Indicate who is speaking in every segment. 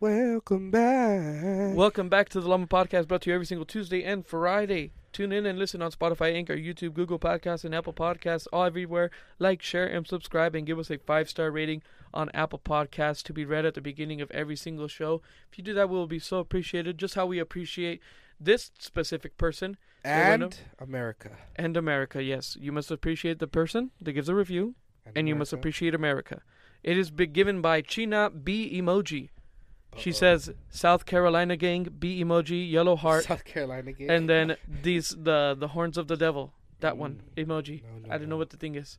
Speaker 1: Welcome back.
Speaker 2: Welcome back to the Llama Podcast, brought to you every single Tuesday and Friday. Tune in and listen on Spotify, Anchor, YouTube, Google Podcasts, and Apple Podcasts, all everywhere. Like, share, and subscribe, and give us a five star rating on Apple Podcasts to be read at the beginning of every single show. If you do that, we'll be so appreciated, just how we appreciate this specific person
Speaker 1: and America.
Speaker 2: and America. Yes, you must appreciate the person that gives a review, and you must
Speaker 1: America.
Speaker 2: appreciate America. It is be- given by China B Emoji. She says South Carolina gang B Emoji yellow heart,
Speaker 1: South Carolina game.
Speaker 2: and then these the the horns of the devil. That one emoji.
Speaker 1: No, no,
Speaker 2: I don't
Speaker 1: no.
Speaker 2: know what the thing is.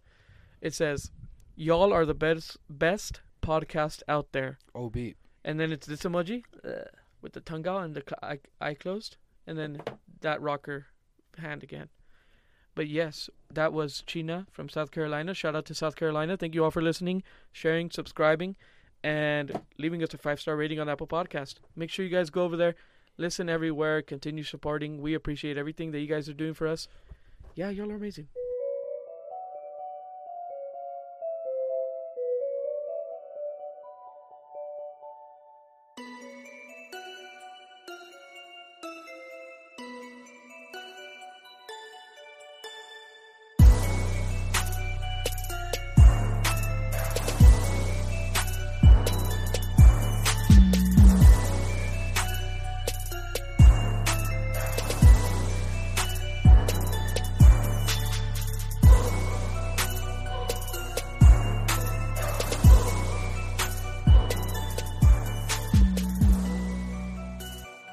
Speaker 2: It says, "Y'all are the best best podcast out there."
Speaker 1: oh beat.
Speaker 2: And then it's this emoji uh, with the tongue out and the cl- eye, eye closed, and then that rocker hand again. But yes, that was China from South Carolina. Shout out to South Carolina. Thank you all for listening, sharing, subscribing, and leaving us a five star rating on Apple Podcast. Make sure you guys go over there, listen everywhere, continue supporting. We appreciate everything that you guys are doing for us. Yeah, y'all are amazing.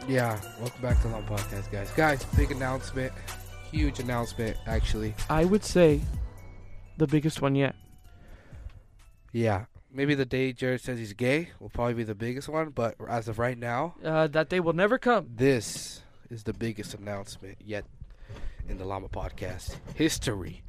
Speaker 1: Yeah, welcome back to the Long Podcast, guys. Guys, big announcement, huge announcement, actually.
Speaker 2: I would say the biggest one yet.
Speaker 1: Yeah, maybe the day Jared says he's gay will probably be the biggest one, but as of right now,
Speaker 2: Uh, that day will never come.
Speaker 1: this is the biggest announcement yet in the Llama Podcast history.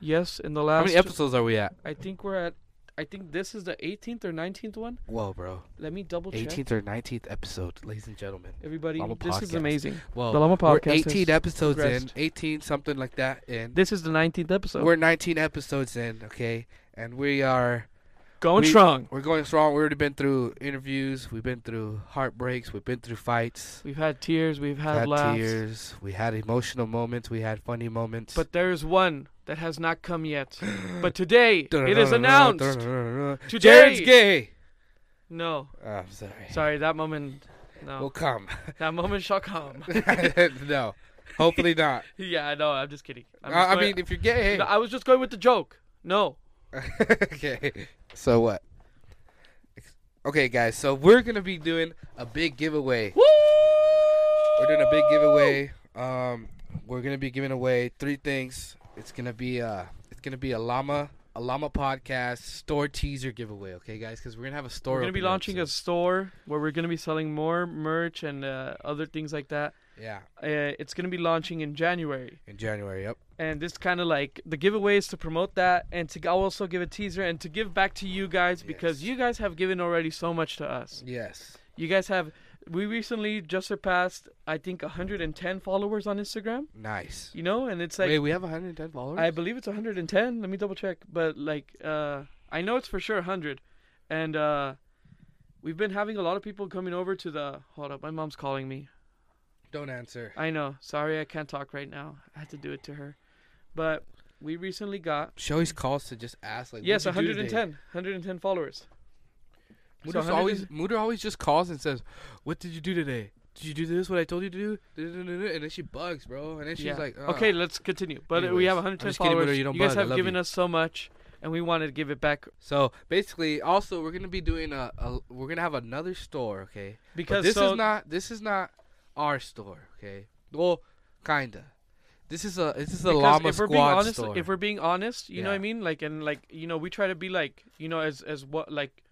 Speaker 2: Yes, in the
Speaker 1: How
Speaker 2: last
Speaker 1: many episodes are we at?
Speaker 2: I think we're at. I think this is the 18th or 19th one.
Speaker 1: Whoa, bro.
Speaker 2: Let me double check.
Speaker 1: 18th or 19th episode, ladies and gentlemen.
Speaker 2: Everybody,
Speaker 1: Llama
Speaker 2: this is
Speaker 1: Podcast.
Speaker 2: amazing.
Speaker 1: Well,
Speaker 2: the Llama Podcast.
Speaker 1: we're 18
Speaker 2: is-
Speaker 1: episodes
Speaker 2: progressed.
Speaker 1: in, 18 something like that in.
Speaker 2: this is the 19th episode.
Speaker 1: we're 19 episodes in, okay? And we are
Speaker 2: going
Speaker 1: we-
Speaker 2: strong.
Speaker 1: we're going strong. We've already been through interviews, we've been through heartbreaks, we've been through fights,
Speaker 2: We've had tears. We've
Speaker 1: we've
Speaker 2: had, laughs.
Speaker 1: tears, we had emotional moments, we had funny moments.
Speaker 2: But there is one that has not come yet. But today it is announced.
Speaker 1: announced.
Speaker 2: Today-
Speaker 1: Jared's gay.
Speaker 2: No,
Speaker 1: Oh, I'm sorry.
Speaker 2: sorry, that moment. No,
Speaker 1: We'll come.
Speaker 2: that moment shall come.
Speaker 1: no, hopefully not.
Speaker 2: yeah, I know. I'm just kidding. I'm
Speaker 1: I,
Speaker 2: just
Speaker 1: I
Speaker 2: going-
Speaker 1: mean, if you're gay.
Speaker 2: No, I was just going with the joke. No,
Speaker 1: okay. So what? Okay, guys. So we're gonna be doing a big giveaway.
Speaker 2: woo!
Speaker 1: We're doing a big giveaway. Um, we're gonna be giving away three things. It's gonna be uh, it's gonna be a llama, a llama podcast store teaser giveaway. Okay, guys, because we're gonna have a store.
Speaker 2: We're gonna be
Speaker 1: opening up
Speaker 2: launching a
Speaker 1: soon.
Speaker 2: store where we're gonna be selling more merch and uh, other things like that.
Speaker 1: Yeah,
Speaker 2: Uh, it's gonna be launching in January,
Speaker 1: in January. Yep.
Speaker 2: and this kind of like the giveaway is to promote that and to g- also give a teaser and to give back to you guys because
Speaker 1: Yes.
Speaker 2: you guys have given already so much to us.
Speaker 1: Yes.
Speaker 2: You guys have. We recently just surpassed, I think, 110 followers on Instagram.
Speaker 1: Nice.
Speaker 2: You know, and it's like
Speaker 1: Wait, we have 110 followers.
Speaker 2: I believe it's 110. Let me double check. But like, uh, I know it's for sure 100, and uh, we've been having a lot of people coming over to the. Hold up, my mom's calling me.
Speaker 1: Don't answer.
Speaker 2: I know. Sorry, I can't talk right now. I had to do it to her. But we recently got
Speaker 1: She always calls to just ask like.
Speaker 2: yes,
Speaker 1: what'd you do today?
Speaker 2: 110, 110 followers. So
Speaker 1: Muda's
Speaker 2: 100
Speaker 1: always Muda always just calls and says, "What did you do today? Did you do this? What I told you to do?" Da-da-da-da-da. And then she bugs, bro. And then she's
Speaker 2: Yeah.
Speaker 1: like, "Ah."
Speaker 2: okay, let's continue. But we
Speaker 1: Anyways,
Speaker 2: have
Speaker 1: I'm
Speaker 2: 110
Speaker 1: just kidding,
Speaker 2: followers.
Speaker 1: brother,
Speaker 2: you,
Speaker 1: you don't
Speaker 2: guys
Speaker 1: bug. I
Speaker 2: have
Speaker 1: love
Speaker 2: given
Speaker 1: you.
Speaker 2: us so much, and we wanted to give it back
Speaker 1: So basically, also we're gonna be doing a, a we're gonna have another store, okay? But
Speaker 2: because
Speaker 1: this
Speaker 2: so
Speaker 1: is not this is not our store, okay? Well, kinda. This is a this is a
Speaker 2: because
Speaker 1: llama
Speaker 2: if we're
Speaker 1: squad
Speaker 2: being honest,
Speaker 1: store.
Speaker 2: if we're being honest, you know what I
Speaker 1: Yeah.
Speaker 2: mean, like and like you know, we try to be like you know as as what like,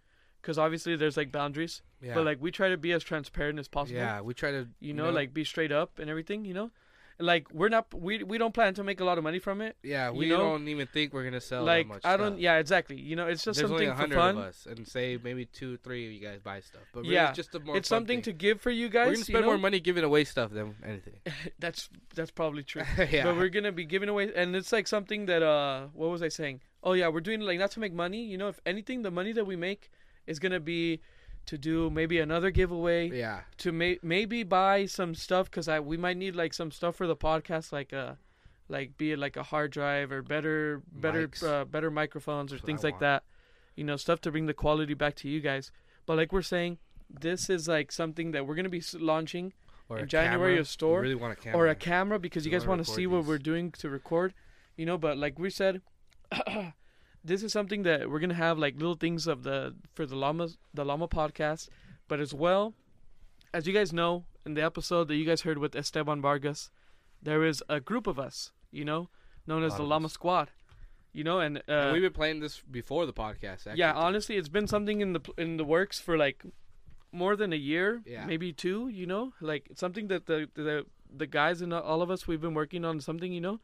Speaker 2: because obviously there's like boundaries,
Speaker 1: yeah.
Speaker 2: but like we try to be as transparent as possible.
Speaker 1: yeah, we try to
Speaker 2: you know, like be straight up and everything. You know, like we're not we we don't plan to make a lot of money from it.
Speaker 1: yeah,
Speaker 2: you
Speaker 1: we
Speaker 2: know,
Speaker 1: don't even think we're gonna sell
Speaker 2: like
Speaker 1: that Oh, much
Speaker 2: I don't,
Speaker 1: stuff.
Speaker 2: yeah, exactly. You know, it's just
Speaker 1: There's only
Speaker 2: something
Speaker 1: a
Speaker 2: for
Speaker 1: hundred of
Speaker 2: fun.
Speaker 1: us, and say maybe two, three of you guys buy stuff. But really,
Speaker 2: Yeah.
Speaker 1: it's just a more
Speaker 2: It's
Speaker 1: fun
Speaker 2: something
Speaker 1: thing.
Speaker 2: to give for you guys.
Speaker 1: We're gonna
Speaker 2: you
Speaker 1: spend more
Speaker 2: know?
Speaker 1: money giving away stuff than anything.
Speaker 2: That's that's probably true.
Speaker 1: yeah.
Speaker 2: But we're gonna be giving away, and it's like something that uh, what was I saying? Oh yeah, we're doing like not to make money. You know, if anything, the money that we make is gonna be to do maybe another giveaway
Speaker 1: Yeah.
Speaker 2: to may- maybe buy some stuff because I we might need like some stuff for the podcast, like a like be it like a hard drive or better better
Speaker 1: Mics.
Speaker 2: uh, better microphones or
Speaker 1: That's what
Speaker 2: things
Speaker 1: I
Speaker 2: like
Speaker 1: want.
Speaker 2: that. You know, stuff to bring the quality back to you guys. But like we're saying, this is like something that we're gonna be s- launching
Speaker 1: Or
Speaker 2: In
Speaker 1: a
Speaker 2: January,
Speaker 1: camera.
Speaker 2: a store
Speaker 1: We really want a camera.
Speaker 2: or a camera because you
Speaker 1: We
Speaker 2: guys
Speaker 1: wanna
Speaker 2: want to
Speaker 1: record
Speaker 2: see what
Speaker 1: these.
Speaker 2: we're doing to record. You know, but like we said, this is something that we're gonna have like little things of the for the llamas the llama podcast but as well as you guys know in the episode that you guys heard with esteban vargas there is a group of us you know known as
Speaker 1: lot
Speaker 2: the
Speaker 1: of
Speaker 2: llama
Speaker 1: us.
Speaker 2: squad you know and, uh,
Speaker 1: And We've been playing this before the podcast. Actually.
Speaker 2: yeah honestly it's been something in the pl- in the works for like more than a year
Speaker 1: Yeah.
Speaker 2: maybe two you know like something that the the the guys and all of us we've been working on something you know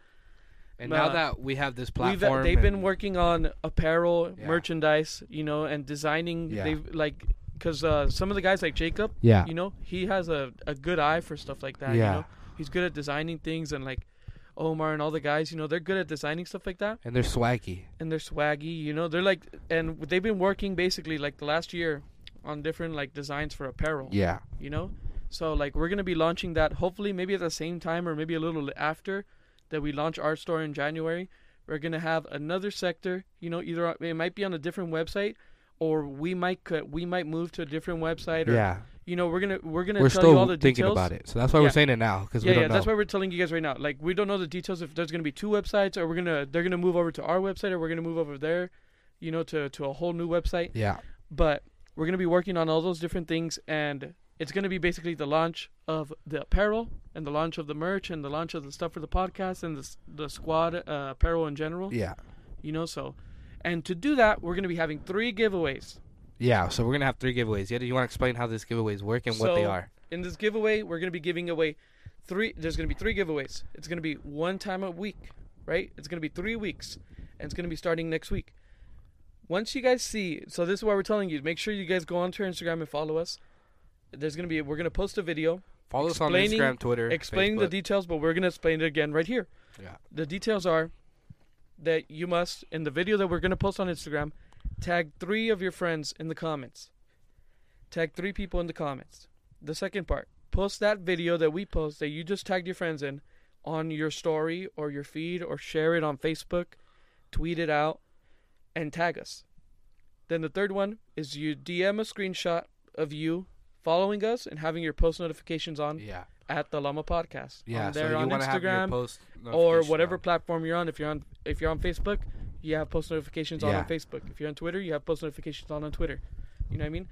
Speaker 1: And now
Speaker 2: uh,
Speaker 1: that we have this
Speaker 2: We've- uh,
Speaker 1: platform,
Speaker 2: they've been
Speaker 1: and-
Speaker 2: working on apparel,
Speaker 1: Yeah.
Speaker 2: merchandise, you know, and designing.
Speaker 1: Yeah.
Speaker 2: They've like because uh, some of the guys like Jacob,
Speaker 1: Yeah.
Speaker 2: you know, he has a, a good eye for stuff like that.
Speaker 1: Yeah.
Speaker 2: You know, he's good at designing things, and like Omar and all the guys, you know, they're good at designing stuff like that,
Speaker 1: and they're swaggy.
Speaker 2: and they're swaggy. You know, they're like, and they've been working basically like the last year on different like designs for apparel
Speaker 1: Yeah.
Speaker 2: you know so like we're gonna be launching that hopefully maybe at the same time or maybe a little after that we launch our store in january we're gonna have another sector you know either it might be on a different website or we might cut we might move to a different website or
Speaker 1: Yeah.
Speaker 2: you know we're gonna we're gonna
Speaker 1: We're
Speaker 2: tell you all
Speaker 1: still
Speaker 2: the
Speaker 1: thinking
Speaker 2: details
Speaker 1: about it, so that's why we're
Speaker 2: Yeah.
Speaker 1: saying it now because
Speaker 2: yeah
Speaker 1: we don't
Speaker 2: yeah
Speaker 1: know.
Speaker 2: that's why we're telling you guys right now like we don't know the details if there's gonna be two websites or we're gonna they're gonna move over to our website or we're gonna move over there you know to to a whole new website
Speaker 1: yeah.
Speaker 2: but we're going to be working on all those different things and it's going to be basically the launch of the apparel and the launch of the merch and the launch of the stuff for the podcast and the, s- the squad uh, apparel in general
Speaker 1: Yeah.
Speaker 2: you know so and to do that we're going to be having three giveaways
Speaker 1: Yeah. So we're gonna have three giveaways. Yeah. Do you want to explain how these giveaways work and what they
Speaker 2: So,
Speaker 1: are?
Speaker 2: in this giveaway we're going to be giving away three there's going to be three giveaways it's going to be one time a week right it's going to be three weeks and it's going to be starting next week once you guys see so this is why we're telling you make sure you guys go onto our instagram and follow us there's going to be we're going to post a video
Speaker 1: Follow us on
Speaker 2: explaining-
Speaker 1: Instagram, Twitter,
Speaker 2: explaining the
Speaker 1: Facebook.
Speaker 2: details, but we're going to explain it again right here.
Speaker 1: Yeah.
Speaker 2: The details are that you must, in the video that we're going to post on Instagram, tag three of your friends in the comments. Tag three people in the comments. The second part, post that video that we post that you just tagged your friends in on your story or your feed or share it on Facebook, tweet it out, and tag us. Then the third one is you DM a screenshot of you following us and having your post notifications on
Speaker 1: yeah.
Speaker 2: at the Llama Podcast.
Speaker 1: Yeah.
Speaker 2: on
Speaker 1: so
Speaker 2: there
Speaker 1: you
Speaker 2: on
Speaker 1: want to have your
Speaker 2: Instagram
Speaker 1: post
Speaker 2: or
Speaker 1: notification
Speaker 2: whatever
Speaker 1: on.
Speaker 2: platform you're on. If you're on if you're on Facebook, you have post notifications on on
Speaker 1: Yeah.
Speaker 2: Facebook. If you're on Twitter, you have post notifications on on Twitter. You know what I mean?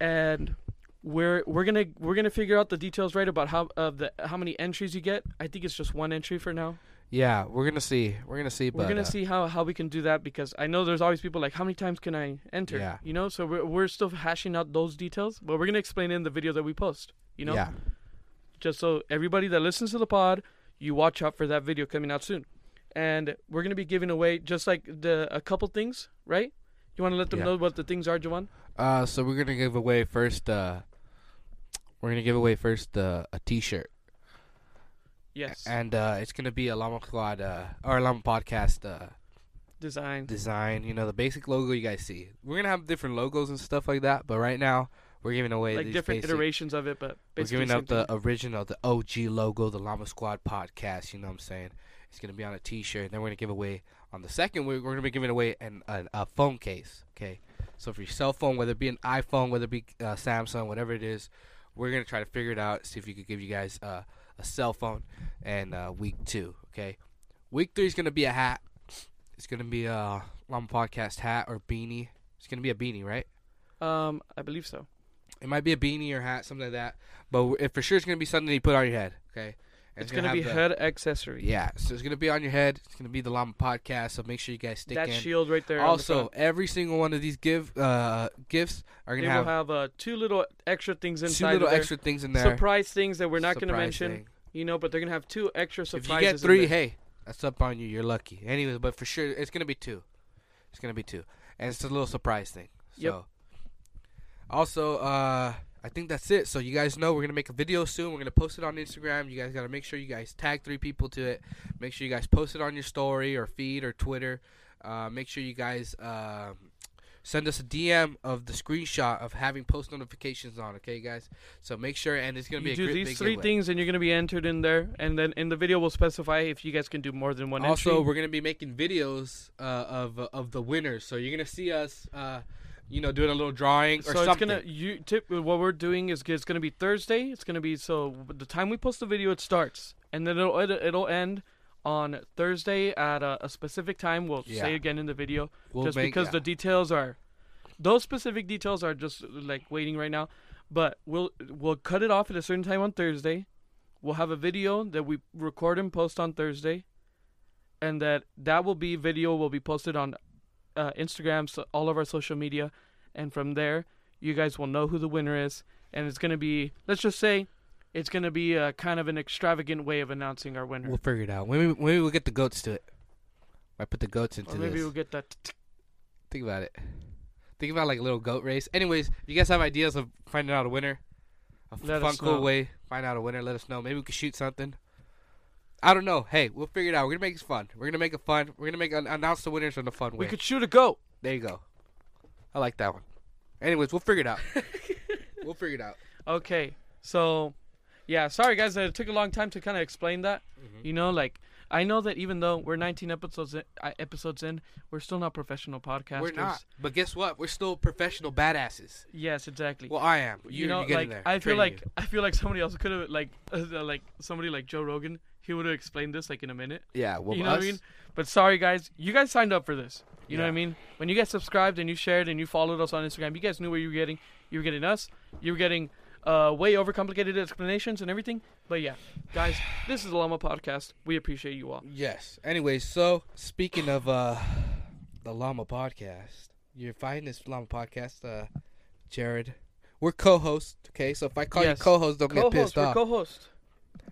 Speaker 2: And we're we're gonna we're gonna figure out the details right about how of the how many entries you get. I think it's just one entry for now.
Speaker 1: Yeah. We're gonna see. We're gonna see.
Speaker 2: we're
Speaker 1: but,
Speaker 2: gonna
Speaker 1: uh,
Speaker 2: see how how we can do that because I know there's always people like how many times can I enter?
Speaker 1: Yeah.
Speaker 2: You know, so we're we're still hashing out those details, but we're gonna explain it in the video that we post. You know,
Speaker 1: Yeah.
Speaker 2: just so everybody that listens to the pod, you watch out for that video coming out soon. And we're gonna be giving away just like the a couple things, right? You want to let them
Speaker 1: Yeah.
Speaker 2: know what the things are, Jawan?
Speaker 1: Uh, so we're gonna give away first. Uh, we're gonna give away first uh, a T-shirt,
Speaker 2: Yes.
Speaker 1: and uh, it's gonna be a Llama Squad uh, or Llama Podcast uh,
Speaker 2: Design.
Speaker 1: design. You know, the basic logo you guys see. We're gonna have different logos and stuff like that. But right now, we're giving away
Speaker 2: Like
Speaker 1: these
Speaker 2: different
Speaker 1: basic-
Speaker 2: iterations of it, but
Speaker 1: We're
Speaker 2: basically
Speaker 1: giving out
Speaker 2: same
Speaker 1: the
Speaker 2: thing.
Speaker 1: original, the OG logo, the Llama Squad podcast. You know what I'm saying? It's gonna be on a T-shirt. And then we're gonna give away on the second week. We're gonna be giving away an, an a phone case. Okay, so for your cell phone, whether it be an iPhone, whether it be uh, Samsung, whatever it is, we're gonna try to figure it out. See if we could give you guys uh, a cell phone. And uh, week two, okay. Week three is gonna be a hat. It's gonna be a Llama podcast hat or beanie. It's gonna be a beanie, right?
Speaker 2: um, I believe so.
Speaker 1: It might be a beanie or hat, something like that. But it for sure it's gonna be something that you put on your head. Okay. And
Speaker 2: it's gonna, be
Speaker 1: have the-
Speaker 2: head accessory.
Speaker 1: Yeah, so it's gonna be on your head. It's gonna be the Llama Podcast. So make sure you guys stick
Speaker 2: that
Speaker 1: in.
Speaker 2: shield right there. on the
Speaker 1: also,
Speaker 2: front.
Speaker 1: every single one of these give uh, gifts are
Speaker 2: they
Speaker 1: gonna
Speaker 2: will
Speaker 1: have,
Speaker 2: have, uh, two little extra things inside.
Speaker 1: two little
Speaker 2: of there.
Speaker 1: extra things in there.
Speaker 2: surprise things that we're not gonna
Speaker 1: Surprise
Speaker 2: mention.
Speaker 1: thing.
Speaker 2: You know, but they're gonna have two extra
Speaker 1: If
Speaker 2: surprises.
Speaker 1: you get
Speaker 2: in
Speaker 1: three,
Speaker 2: there.
Speaker 1: hey, that's up on you. You're lucky. Anyways, but for sure it's gonna be two. It's gonna be two, and it's a little surprise thing. So.
Speaker 2: Yep.
Speaker 1: Also, uh, I think that's it. So you guys know we're gonna make a video soon. We're gonna post it on Instagram. You guys gotta make sure you guys tag three people to it. Make sure you guys post it on your story or feed or Twitter. Uh, make sure you guys um send us a DM of the screenshot of having post notifications on. Okay, guys. So make sure, and it's gonna
Speaker 2: You
Speaker 1: be a
Speaker 2: do
Speaker 1: great
Speaker 2: these
Speaker 1: big
Speaker 2: three
Speaker 1: giveaway.
Speaker 2: things, and you're gonna be entered in there. And then in the video, we'll specify if you guys can do more than one
Speaker 1: also,
Speaker 2: entry.
Speaker 1: we're gonna be making videos uh, of of the winners, so you're gonna see us, uh, you know, doing a little drawing or
Speaker 2: so it's
Speaker 1: something.
Speaker 2: gonna you tip. What we're doing is it's gonna be Thursday. It's gonna be so the time we post the video, it starts, and then it'll it'll, it'll end on Thursday at a, a specific time. We'll
Speaker 1: Yeah.
Speaker 2: say again in the video,
Speaker 1: We'll
Speaker 2: just
Speaker 1: make-
Speaker 2: because
Speaker 1: yeah.
Speaker 2: the details are those specific details are just like waiting right now. But we'll we'll cut it off at a certain time on Thursday. We'll have a video that we record and post on Thursday, and that that will be video will be posted on uh, Instagram, so all of our social media, and from there you guys will know who the winner is. And it's gonna be let's just say it's gonna be a kind of an extravagant way of announcing our winner.
Speaker 1: We'll figure it out. Maybe maybe we'll get the goats to it. I put the goats into
Speaker 2: or maybe
Speaker 1: this.
Speaker 2: we'll get that.
Speaker 1: Think about it. Think about like a little goat race. Anyways, if you guys have ideas of finding out a winner, a f-
Speaker 2: Let
Speaker 1: fun,
Speaker 2: us
Speaker 1: cool
Speaker 2: know.
Speaker 1: way, find out a winner, let us know. Maybe we could shoot something. I don't know. Hey, we'll figure it out. We're gonna make it fun. We're gonna make it fun. We're gonna make an- announce the winners in a fun
Speaker 2: We
Speaker 1: way.
Speaker 2: could shoot a goat.
Speaker 1: There you go. I like that one. Anyways, we'll figure it out. we'll figure it out.
Speaker 2: Okay, so yeah, sorry guys, that it took a long time to kind of explain that.
Speaker 1: Mm-hmm.
Speaker 2: You know, like I know that even though we're 19 episodes in, uh, episodes in, we're still not professional podcasters.
Speaker 1: We're not. But guess what? We're still professional badasses.
Speaker 2: Yes, exactly.
Speaker 1: Well, I am. You,
Speaker 2: you know,
Speaker 1: you get
Speaker 2: like
Speaker 1: in there.
Speaker 2: I feel
Speaker 1: Training
Speaker 2: like
Speaker 1: you.
Speaker 2: I feel like somebody else could have like uh, like somebody like Joe Rogan, he would have explained this like in a minute.
Speaker 1: yeah. Well,
Speaker 2: you know what I
Speaker 1: us-
Speaker 2: mean? But sorry guys, you guys signed up for this. You know what I
Speaker 1: Yeah.
Speaker 2: mean? When you guys subscribed and you shared and you followed us on Instagram, you guys knew where you were getting. You were getting us. You were getting uh, way overcomplicated explanations and everything. But yeah, guys, this is the Llama Podcast. We appreciate you all.
Speaker 1: Yes. Anyway, so speaking of uh the Llama podcast, you find this Llama podcast, uh Jared. We're co hosts okay? So if I call
Speaker 2: Yes.
Speaker 1: you co-host, don't
Speaker 2: Co-host,
Speaker 1: get pissed
Speaker 2: we're
Speaker 1: off.
Speaker 2: co-host.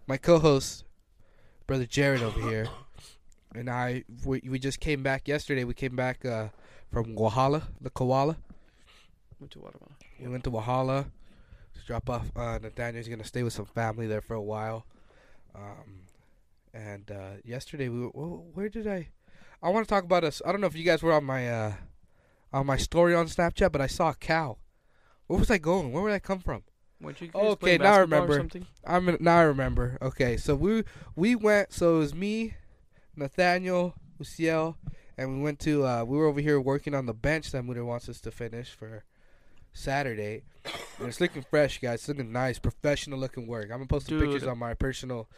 Speaker 1: My co-host, brother Jared over here, and I we, we just came back yesterday. We came back uh from Wahala, the koala.
Speaker 2: Went to Guatemala.
Speaker 1: We went to Wahala to drop off. Uh, Nathaniel's gonna stay with some family there for a while. Um, and uh, yesterday we were, wh- where did I? I want to talk about us. I don't know if you guys were on my uh, on my story on Snapchat, but I saw a cow. Where was I going? Where would I come from?
Speaker 2: Weren't you guys
Speaker 1: Okay,
Speaker 2: playing
Speaker 1: now I
Speaker 2: basketball or
Speaker 1: remember.
Speaker 2: something?
Speaker 1: I'm now I remember. Okay, so we we went. So it was me, Nathaniel, Uciel, and we went to. Uh, we were over here working on the bench that Muda wants us to finish for Saturday. And it's looking fresh, guys. It's looking nice, professional looking work. I'm gonna post some pictures
Speaker 2: Dude.
Speaker 1: on my personal.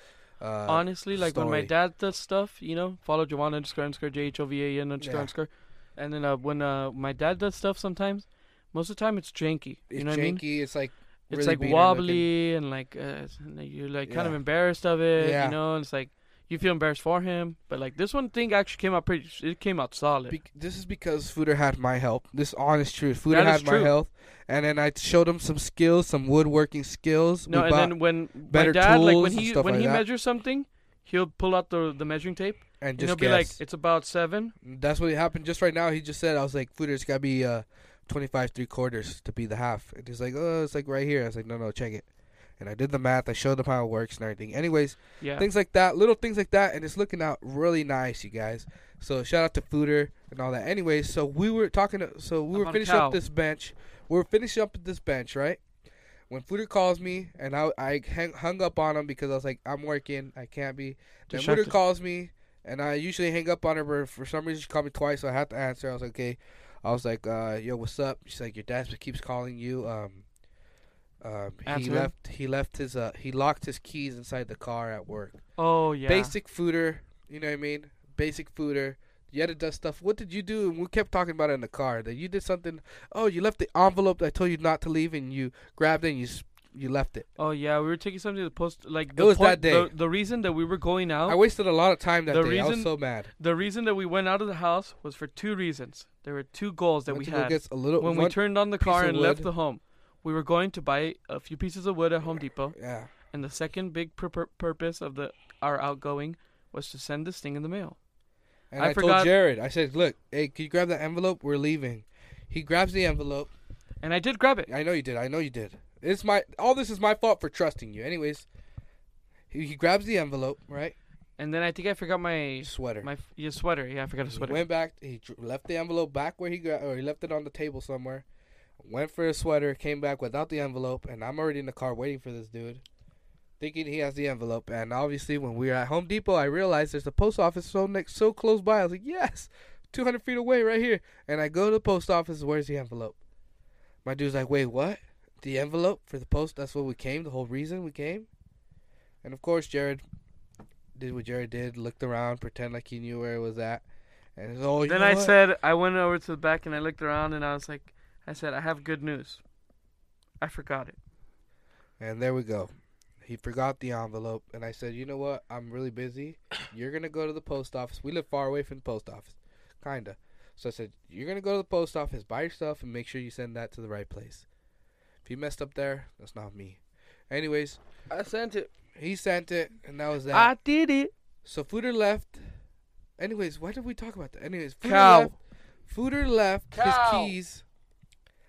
Speaker 1: Uh,
Speaker 2: honestly, like when my
Speaker 1: story.
Speaker 2: dad does stuff, you know, follow Joanna underscore underscore J H O V A N underscore
Speaker 1: Yeah.
Speaker 2: underscore, and then uh, when uh, my dad does stuff, sometimes, most of the time it's janky. You
Speaker 1: it's
Speaker 2: know what I mean?
Speaker 1: janky. It's like
Speaker 2: It's
Speaker 1: really
Speaker 2: like
Speaker 1: beaner looking.
Speaker 2: wobbly and like uh, it's- and you're like kind of
Speaker 1: Yeah.
Speaker 2: embarrassed of it.
Speaker 1: Yeah.
Speaker 2: You know, and it's like you feel embarrassed for him, but like this one thing actually came out pretty. It came out solid.
Speaker 1: Be- this is because Fooder had my help. This honest truth. Fooder
Speaker 2: That is
Speaker 1: had my
Speaker 2: true.
Speaker 1: help, and then I showed him some skills, some woodworking skills.
Speaker 2: no,
Speaker 1: We
Speaker 2: and
Speaker 1: bought-
Speaker 2: then when my
Speaker 1: better
Speaker 2: dad like
Speaker 1: tools
Speaker 2: when
Speaker 1: and
Speaker 2: he
Speaker 1: stuff
Speaker 2: when
Speaker 1: like
Speaker 2: he
Speaker 1: that.
Speaker 2: measures something, he'll pull out the the measuring tape
Speaker 1: and
Speaker 2: and he'll
Speaker 1: just
Speaker 2: be like,
Speaker 1: guess.
Speaker 2: "It's about seven.
Speaker 1: That's what happened just right now. He just said, I was like, Fooder, it's got to be uh, 25 three quarters to be the half. And he's like, oh, it's like right here. I was like, no, no, check it. And I did the math. I showed him how it works and everything. Anyways,
Speaker 2: Yeah.
Speaker 1: things like that, little things like that. And it's looking out really nice, you guys. So shout out to Fooder and all that. Anyways, so we were talking, to, so we
Speaker 2: I'm on
Speaker 1: were
Speaker 2: a
Speaker 1: finishing
Speaker 2: cow.
Speaker 1: up this bench. We were finishing up this bench, right? When Fooder calls me and I, I hang, hung up on him because I was like, I'm working. I can't be. Then Mutter
Speaker 2: Distracted.
Speaker 1: calls me, and I usually hang up on her, but for some reason she called me twice, so I had to answer. I was like, okay. I was like, uh, yo, what's up? She's like, your dad keeps calling you. Um, um, he
Speaker 2: Answer him.
Speaker 1: left. He left his. Uh, he locked his keys inside the car at work.
Speaker 2: oh yeah.
Speaker 1: Basic fooder. You know what I mean? Basic fooder. You had to dust stuff. What did you do? And we kept talking about it in the car. That you did something. Oh, you left the envelope that I told you not to leave, and you grabbed it and you s- you left it.
Speaker 2: Oh yeah, we were taking something to post. Like
Speaker 1: was that day.
Speaker 2: The, the reason that we were going out,
Speaker 1: I wasted a lot of time that
Speaker 2: Oh. The
Speaker 1: day. I was
Speaker 2: reason-
Speaker 1: so mad.
Speaker 2: the reason that we went out of the house was for two reasons. There were two goals that
Speaker 1: Went
Speaker 2: we
Speaker 1: to go
Speaker 2: had
Speaker 1: get a little
Speaker 2: when we
Speaker 1: one-
Speaker 2: turned on the
Speaker 1: piece
Speaker 2: car
Speaker 1: of
Speaker 2: and left
Speaker 1: wood.
Speaker 2: the home. We were going to buy a few pieces of wood at Home Depot,
Speaker 1: Yeah.
Speaker 2: and the second big pur- pur- purpose of the our outgoing was to send this thing in the mail.
Speaker 1: And
Speaker 2: I
Speaker 1: I,
Speaker 2: forgot-
Speaker 1: told Jared, I said, "Look, hey, can you grab that envelope? We're leaving." He grabs the envelope.
Speaker 2: And I did grab it.
Speaker 1: I know you did. I know you did. It's my all. This is my fault for trusting you. Anyways, he, he grabs the envelope, right?
Speaker 2: And then I think I forgot my
Speaker 1: Sweater.
Speaker 2: my f- yeah, sweater. Yeah, I forgot a
Speaker 1: He
Speaker 2: sweater.
Speaker 1: went back. He dr- left the envelope back where he got, or he left it on the table somewhere. Went for his sweater. Came back without the envelope, and I'm already in the car waiting for this dude, thinking he has the envelope. And obviously, when we were at Home Depot, I realized there's a post office so next, so close by. I was like, yes, 200 feet away, right here. And I go to the post office. Where's the envelope? My dude's like, wait, what? The envelope for the post? That's what we came. The whole reason we came. And of course, Jared did what Jared did. Looked around, pretend like he knew where it was at. And it's, oh, you
Speaker 2: then
Speaker 1: know
Speaker 2: I
Speaker 1: what?
Speaker 2: said I went over to the back and I looked around and I was like, I said I have good news. I forgot it.
Speaker 1: And there we go. He forgot the envelope, and I said, "You know what? I'm really busy. You're gonna go to the post office. We live far away from the post office, kinda." So I said, "You're gonna go to the post office by yourself and make sure you send that to the right place. If you messed up there, that's not me." Anyways,
Speaker 2: I sent it.
Speaker 1: he sent it, and that was that.
Speaker 2: I did it.
Speaker 1: So Fooder left. Anyways, why did we talk about that? Anyways, Fooder
Speaker 2: Cow.
Speaker 1: left. Fooder left
Speaker 2: Cow.
Speaker 1: his keys.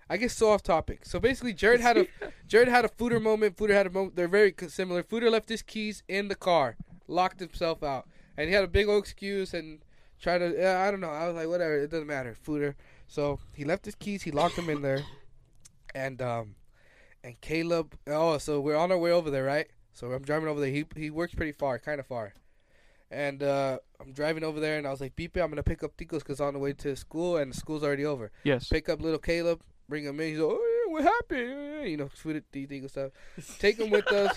Speaker 1: I get so off topic. So basically, Jared had a Jared had a Fooder moment. Fooder had a moment. They're very co- similar. Fooder left his keys in the car, locked himself out, and he had a big old excuse and tried to. yeah, I don't know. I was like, whatever. It doesn't matter. Fooder. So he left his keys. He locked them in there, and um, and Caleb. Oh, so we're on our way over there, right? So I'm driving over there. He he works pretty far, kind of far and uh, I'm driving over there, and I was like, Beep, I'm gonna pick up Ticos because on the way to school, and school's already over.
Speaker 2: Yes.
Speaker 1: Pick up little Caleb, bring him in. He's like, Oh, yeah, what happened? Yeah, You know, food at Tico stuff. Take him with us.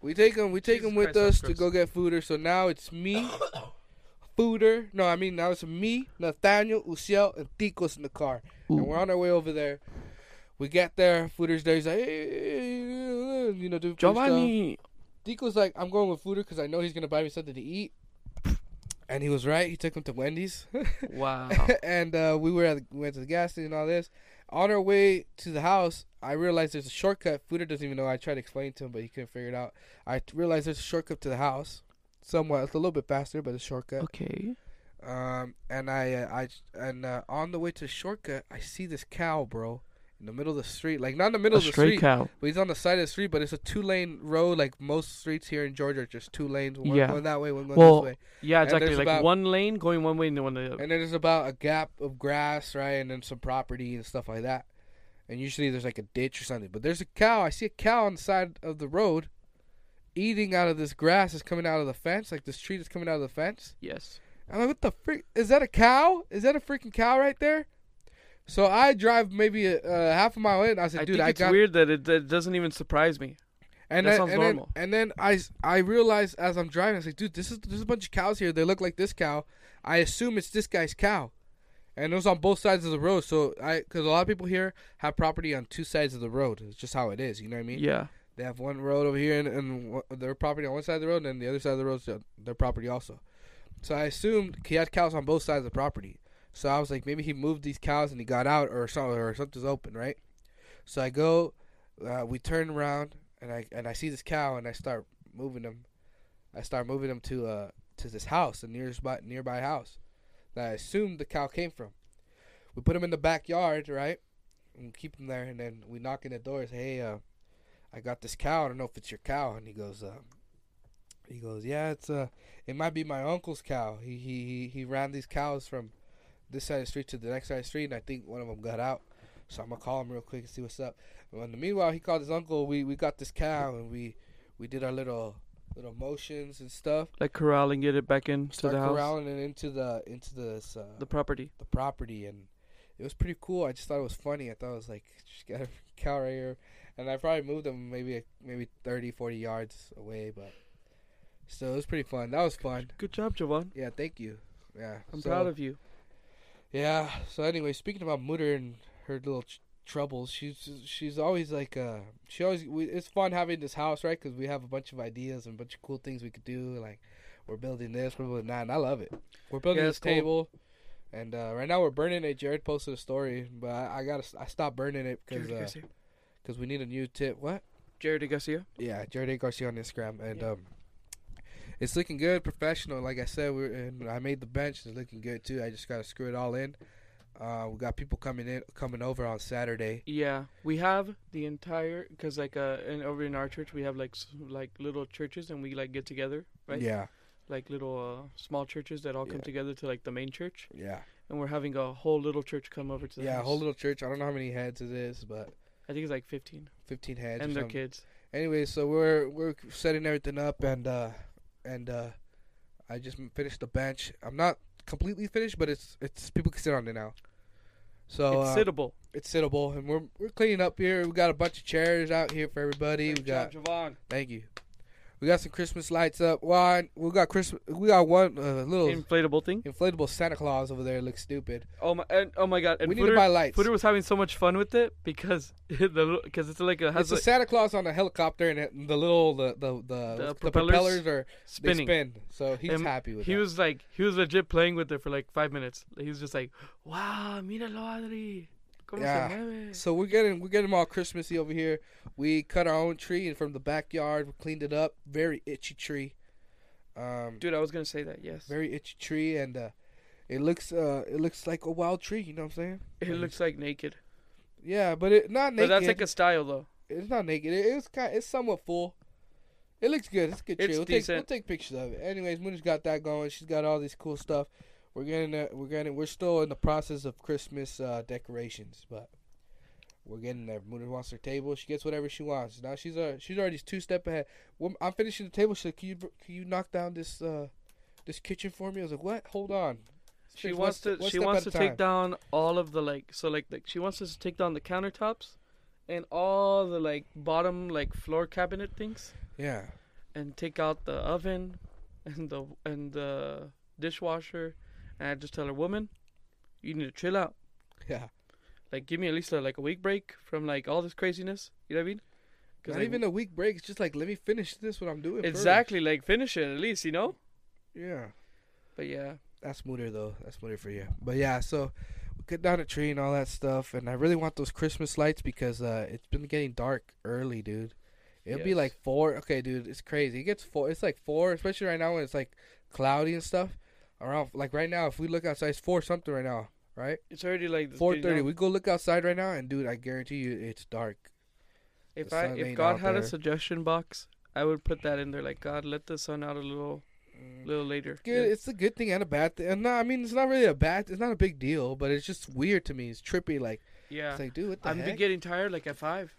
Speaker 1: We take him. We take
Speaker 2: Jesus
Speaker 1: him with
Speaker 2: Christ, that's
Speaker 1: us to
Speaker 2: gross.
Speaker 1: go get Fooder. So now it's me, Fooder. No, I mean now it's me, Nathaniel, Uciel, and Ticos in the car, and we're on our way over there. We get there. Fooder's there. He's like, "Hey, hey, hey, hey," you know, do Stuff.
Speaker 2: Giovanni.
Speaker 1: Deco's like, I'm going with Fooder because I know he's gonna buy me something to eat. And he was right. He took him to Wendy's,
Speaker 2: Wow.
Speaker 1: and uh, we were at the, went to the gas station and all this. On our way to the house, I realized there's a shortcut. Fooder doesn't even know. I tried to explain to him, but he couldn't figure it out. I t- realized there's a shortcut to the house. Somewhat, it's a little bit faster, but it's a shortcut.
Speaker 2: okay.
Speaker 1: Um, and I, uh, I, and uh, on the way to the shortcut, I see this cow, bro, in the middle of the street. Like not in the middle
Speaker 2: A
Speaker 1: of the street,
Speaker 2: stray cow.
Speaker 1: but he's on the side of the street, but it's a two lane road. Like most streets here in Georgia, are just two lanes. One
Speaker 2: Yeah.
Speaker 1: going that way, one going
Speaker 2: Well,
Speaker 1: this way.
Speaker 2: Yeah,
Speaker 1: And there's
Speaker 2: exactly. Like
Speaker 1: about-
Speaker 2: one lane going one way and then one the other.
Speaker 1: And then there's about a gap of grass, right? And then some property and stuff like that. And usually there's like a ditch or something. But there's a cow. I see a cow on the side of the road eating out of this grass that's coming out of the fence. Like this tree that's coming out of the fence.
Speaker 2: Yes.
Speaker 1: I'm like, what the freak? Is that a cow? Is that a freaking cow right there? So I drive maybe a, a half a mile in. I said,
Speaker 2: I
Speaker 1: dude,
Speaker 2: think
Speaker 1: I
Speaker 2: it's
Speaker 1: got
Speaker 2: weird that it, that it doesn't even surprise me.
Speaker 1: And
Speaker 2: That
Speaker 1: then,
Speaker 2: sounds
Speaker 1: and
Speaker 2: normal.
Speaker 1: Then, and then I s- I realized as I'm driving, I was like, dude, this is there's a bunch of cows here. They look like this cow. I assume it's this guy's cow. And it was on both sides of the road, so I because a lot of people here have property on two sides of the road. It's just how it is. You know what I mean?
Speaker 2: Yeah.
Speaker 1: They have one road over here and, and one- their property on one side of the road, and then the other side of the road is their- their property also. So I assumed he had cows on both sides of the property. So I was like, maybe he moved these cows and he got out, or something, or something's open, right? So I go, uh, we turn around, and I and I see this cow, and I start moving him. I start moving him to uh to this house, the nearby nearby house that I assumed the cow came from. We put him in the backyard, right? And we keep him there, and then we knock in the door. And say, hey, uh, I got this cow. I don't know if it's your cow. And he goes, uh, he goes, yeah, it's uh, it might be my uncle's cow. He he he, he ran these cows from this side of the street to the next side of the street, and I think one of them got out. So I'm gonna call him real quick and see what's up. Well, in the meanwhile, he called his uncle. We we got this cow, and we we did our little little motions and stuff.
Speaker 2: Like corralling, get it back into
Speaker 1: Start
Speaker 2: the house,
Speaker 1: corralling it into the into this uh,
Speaker 2: the property.
Speaker 1: the property and it was pretty cool. I just thought it was funny. I thought it was like just got a cow right here, and I probably moved them maybe maybe 30, 40 yards away, but still it was pretty fun. That was fun.
Speaker 2: Good job, Jovan.
Speaker 1: Yeah, thank you. Yeah,
Speaker 2: I'm
Speaker 1: so-
Speaker 2: proud of you.
Speaker 1: Yeah. So anyway, speaking about Mutter and her little tr- troubles, she's she's always like uh she always we, it's fun having this house right because we have a bunch of ideas and a bunch of cool things we could do like we're building this we're building that and I love it we're building
Speaker 2: Yeah,
Speaker 1: this
Speaker 2: it's cool.
Speaker 1: table and uh, right now we're burning it Jared posted a story but I, I gotta s- I stopped burning it because
Speaker 2: Jared Garcia.
Speaker 1: we need a new tip what
Speaker 2: Jared Garcia.
Speaker 1: yeah, Jared A. Garcia on Instagram, and
Speaker 2: Yeah.
Speaker 1: um, it's looking good, professional. Like I said, we're and I made the bench. It's looking good too. I just gotta screw it all in. Uh, we got people coming in, coming over on Saturday.
Speaker 2: Yeah, we have the entire because like uh, in, over in our church we have like s- like little churches and we like get together, right?
Speaker 1: Yeah,
Speaker 2: like little uh, small churches that all come
Speaker 1: Yeah.
Speaker 2: together to like the main church,
Speaker 1: Yeah.
Speaker 2: and we're having a whole little church come over to the
Speaker 1: Yeah, a
Speaker 2: house.
Speaker 1: whole little church. I don't know how many heads it is, but
Speaker 2: I think it's like 15,
Speaker 1: 15 heads.
Speaker 2: and
Speaker 1: or
Speaker 2: their
Speaker 1: something.
Speaker 2: kids.
Speaker 1: Anyway, so we're we're setting everything up, and uh, and uh, I just m- finished the bench. I'm not completely finished, but it's it's people can sit on it now. So
Speaker 2: it's
Speaker 1: uh,
Speaker 2: sittable.
Speaker 1: it's sittable, and we're we're cleaning up here. We got a bunch of chairs out here for everybody. we
Speaker 2: Good
Speaker 1: got
Speaker 2: job, Javon.
Speaker 1: Thank you. We got some Christmas lights up. One, we got Christmas. We got one uh, little
Speaker 2: inflatable thing.
Speaker 1: inflatable Santa Claus over there. Looks stupid.
Speaker 2: Oh my! And, oh my God! And
Speaker 1: we need
Speaker 2: Footer-
Speaker 1: to buy lights.
Speaker 2: Footer was having so much fun with it because the because it's like it has
Speaker 1: It's a
Speaker 2: like
Speaker 1: Santa Claus on a helicopter, and it- the little the the the,
Speaker 2: The
Speaker 1: the
Speaker 2: propellers
Speaker 1: propellers are they
Speaker 2: spinning.
Speaker 1: spin. So he's
Speaker 2: And
Speaker 1: happy with
Speaker 2: He
Speaker 1: that.
Speaker 2: was like he was legit playing with it for like five minutes. He was just like, "Wow, míralo, Adri, cómo
Speaker 1: Yeah.
Speaker 2: se mueve."
Speaker 1: So we're getting we're getting all Christmassy over here. We cut our own tree and from the backyard. We cleaned it up. Very itchy tree. Um,
Speaker 2: Dude, I was gonna say that. Yes,
Speaker 1: very itchy tree, and uh, it looks uh it looks like a wild tree. You know what I'm saying?
Speaker 2: it looks like naked.
Speaker 1: Yeah, but it not
Speaker 2: but
Speaker 1: naked.
Speaker 2: that's like a style though.
Speaker 1: It's not naked. It, it's kind. It's somewhat full. It looks good. It's a good
Speaker 2: It's
Speaker 1: tree. We'll take we'll
Speaker 2: decent.
Speaker 1: take pictures of it. Anyways, Mooney's got that going. She's got all these cool stuff. We're getting uh, we're getting we're still in the process of Christmas uh, decorations, but we're getting there. Mooney wants her table. She gets whatever she wants. Now she's uh, she's already two step ahead. When I'm finishing the table. She said, "Can you br- can you knock down this uh, this kitchen for me?" I was like, "What? Hold on." Let's
Speaker 2: She
Speaker 1: finish
Speaker 2: wants
Speaker 1: one st-
Speaker 2: to
Speaker 1: one
Speaker 2: she
Speaker 1: step
Speaker 2: wants
Speaker 1: at a
Speaker 2: to take
Speaker 1: time.
Speaker 2: down all of the like so like like she wants us to take down the countertops, and all the like bottom like floor cabinet things,
Speaker 1: Yeah,
Speaker 2: and take out the oven, and the and the dishwasher, and I just tell her, woman, you need to chill out.
Speaker 1: yeah.
Speaker 2: Like give me at least a, like a week break from like all this craziness. You know what I mean? 'Cause,
Speaker 1: Not
Speaker 2: like,
Speaker 1: even a week break. It's just like let me finish this. What I'm doing. first.
Speaker 2: exactly like finish it at least you know.
Speaker 1: Yeah.
Speaker 2: But yeah,
Speaker 1: That's Mooter though. That's Mooter for you. But yeah, so we cut down a tree and all that stuff, and I really want those Christmas lights because uh, it's been getting dark early, dude. It'll be
Speaker 2: Yes.
Speaker 1: like four. Okay, dude, it's crazy. It gets four. It's like four, especially right now when it's like cloudy and stuff. Around like right now, if we look outside, it's four something right now, right?
Speaker 2: it's already like
Speaker 1: Four thirty.
Speaker 2: now.
Speaker 1: We go look outside right now, and dude, I guarantee you, it's dark.
Speaker 2: If
Speaker 1: The
Speaker 2: I
Speaker 1: sun
Speaker 2: if
Speaker 1: ain't
Speaker 2: God
Speaker 1: out
Speaker 2: had a
Speaker 1: there.
Speaker 2: suggestion box, I would put that in there. Like God, let the sun out a little, little later.
Speaker 1: Good.
Speaker 2: Yeah.
Speaker 1: Mm. It's a good thing and a bad thing. And no, I mean, it's not really a bad. It's not a big deal, but it's just weird to me. It's trippy. Like
Speaker 2: Yeah,
Speaker 1: it's like, dude, what the
Speaker 2: I'm
Speaker 1: heck?
Speaker 2: be getting tired. Like at five.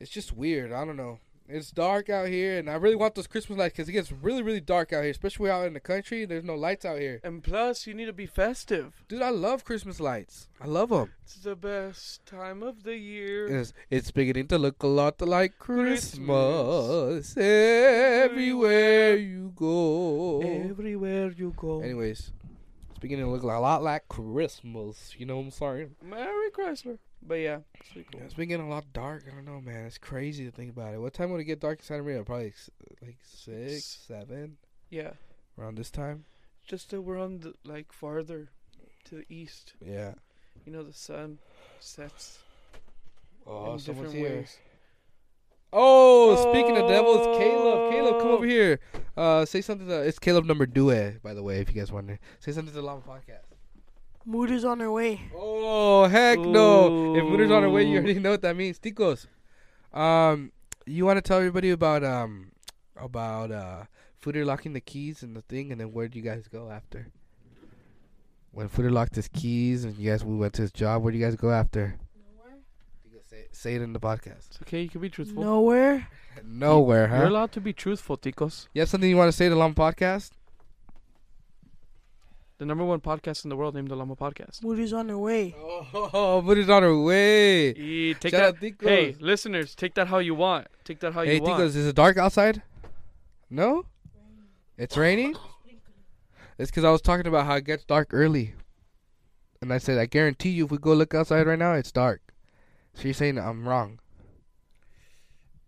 Speaker 1: it's just weird. I don't know. It's dark out here, and I really want those Christmas lights because it gets really, really dark out here, especially out in the country. There's no lights out here,
Speaker 2: And plus, you need to be festive.
Speaker 1: dude. I love Christmas lights. I love them.
Speaker 2: It's the best time of the year.
Speaker 1: It's, it's beginning to look a lot like Christmas everywhere you go.
Speaker 2: Everywhere you go.
Speaker 1: Anyways, it's beginning to look a lot like Christmas. You know what I'm saying?
Speaker 2: Merry Chrysler. But yeah, it's pretty cool.
Speaker 1: It's been getting a lot dark. I don't know, man. It's crazy to think about it. What time would it get dark in Santa Maria? Probably s- like six, seven,
Speaker 2: yeah.
Speaker 1: around this time.
Speaker 2: Just that we're on the like farther to the east.
Speaker 1: Yeah.
Speaker 2: You know the sun sets
Speaker 1: Oh,
Speaker 2: in
Speaker 1: someone's
Speaker 2: different
Speaker 1: here.
Speaker 2: ways.
Speaker 1: Oh, speaking of devils,
Speaker 2: Oh.
Speaker 1: Caleb. Caleb, come over here. Uh, say something to. It's Caleb number due, by the way, if you guys wonder. Say something to the Lava Podcast.
Speaker 3: Mood is on her way.
Speaker 1: Oh, heck no. If
Speaker 2: Ooh.
Speaker 1: Mooner's on her way, you already know what that means. Ticos, um, you want to tell everybody about, um, about, uh, Footer locking the keys and the thing, and then where do you guys go after? When Footer locked his keys and you guys we went to his job, where do you guys go after? Ticos, Say, say it in the podcast.
Speaker 2: It's okay. You can be truthful.
Speaker 3: Nowhere.
Speaker 1: Nowhere, huh?
Speaker 2: You're allowed to be truthful, Ticos.
Speaker 1: You have something you want to say to Lum Podcast?
Speaker 2: The number one podcast in the world named the Llama Podcast.
Speaker 3: Mood is on her way.
Speaker 1: Oh, put it on her way.
Speaker 2: E- take
Speaker 1: Shout
Speaker 2: that.
Speaker 1: out Ticos.
Speaker 2: Hey, listeners, take that how you want. Take that how
Speaker 1: hey,
Speaker 2: you want.
Speaker 1: Ticos, is it dark outside? No? It's raining? It's because I was talking about how it gets dark early. And I said, I guarantee you, if we go look outside right now, it's dark. So you're saying I'm wrong.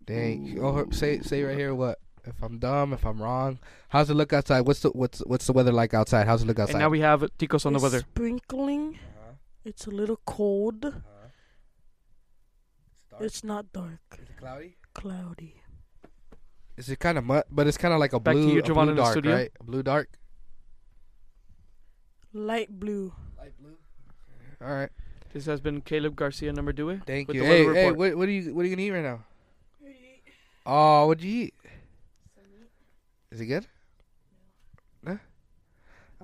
Speaker 1: Dang. Oh, her- say say right here what? If I'm dumb, if I'm wrong, how's it look outside? What's the what's what's the weather like outside? How's it look outside?
Speaker 2: and now we have Ticos on the
Speaker 3: It's
Speaker 2: weather.
Speaker 3: Sprinkling.
Speaker 1: Uh-huh.
Speaker 3: It's a little cold.
Speaker 1: Uh-huh. It's dark.
Speaker 3: It's not dark.
Speaker 1: Is it cloudy?
Speaker 3: Cloudy.
Speaker 1: Is it kind of mud? But it's kind of like a
Speaker 2: Back to
Speaker 1: blue,
Speaker 2: you,
Speaker 1: a blue
Speaker 2: Giovanni, in the
Speaker 1: dark,
Speaker 2: studio.
Speaker 1: right? A blue dark.
Speaker 3: Light blue.
Speaker 1: Light blue. All right.
Speaker 2: This has been Caleb Garcia, number two.
Speaker 1: Thank
Speaker 2: with
Speaker 1: you.
Speaker 2: The
Speaker 1: Hey,
Speaker 2: weather
Speaker 1: hey,
Speaker 2: report.
Speaker 1: what, what are you what are you gonna eat right now? Oh, what'd you eat? Is it good? No.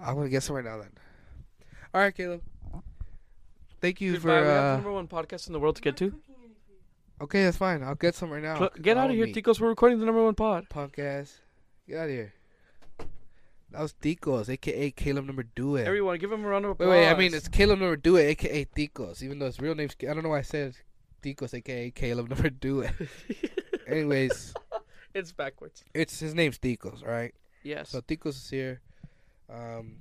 Speaker 1: I'm gonna guess it right now then. All right, Caleb. Thank you
Speaker 2: Dude,
Speaker 1: for.
Speaker 2: bye, we have the
Speaker 1: Uh,
Speaker 2: number one podcast in the world to get to.
Speaker 1: okay, that's fine. I'll get some right now.
Speaker 2: Cl- get out
Speaker 1: Follow
Speaker 2: of here,
Speaker 1: me,
Speaker 2: Ticos. We're recording the number one pod.
Speaker 1: Punk ass. Get out of here. That was Ticos, aka Caleb number Due. Wait,
Speaker 2: Everyone, give him a round of applause.
Speaker 1: wait. I mean, it's Caleb number Due, aka Ticos, even though his real name's. I don't know why I said Ticos, aka Caleb number Due. Anyways,
Speaker 2: it's backwards.
Speaker 1: it's his name's Ticos, all right?
Speaker 2: Yes.
Speaker 1: So Ticos is here. Um,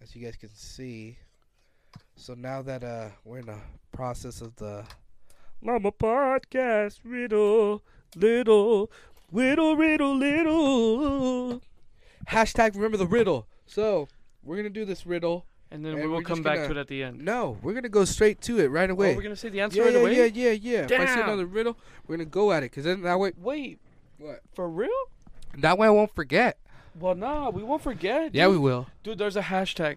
Speaker 1: as you guys can see. So now that uh we're in the process of the Llama Podcast riddle little riddle riddle little Hashtag remember the riddle. So we're gonna do this riddle.
Speaker 2: and then
Speaker 1: and
Speaker 2: we
Speaker 1: we're
Speaker 2: will
Speaker 1: just
Speaker 2: come back
Speaker 1: gonna-
Speaker 2: to it at the end.
Speaker 1: No, we're gonna go straight to it right
Speaker 2: Wait.
Speaker 1: away.
Speaker 2: Oh, we're gonna say the answer
Speaker 1: yeah,
Speaker 2: right
Speaker 1: yeah,
Speaker 2: away.
Speaker 1: yeah, yeah, yeah. If I see
Speaker 2: Damn.
Speaker 1: another riddle, we're gonna go at it. Cause then that way,
Speaker 2: Wait,
Speaker 1: what?
Speaker 2: for real?
Speaker 1: That way I won't forget.
Speaker 2: Well, nah, we won't forget.
Speaker 1: Yeah,
Speaker 2: dude.
Speaker 1: we will.
Speaker 2: Dude, there's a hashtag.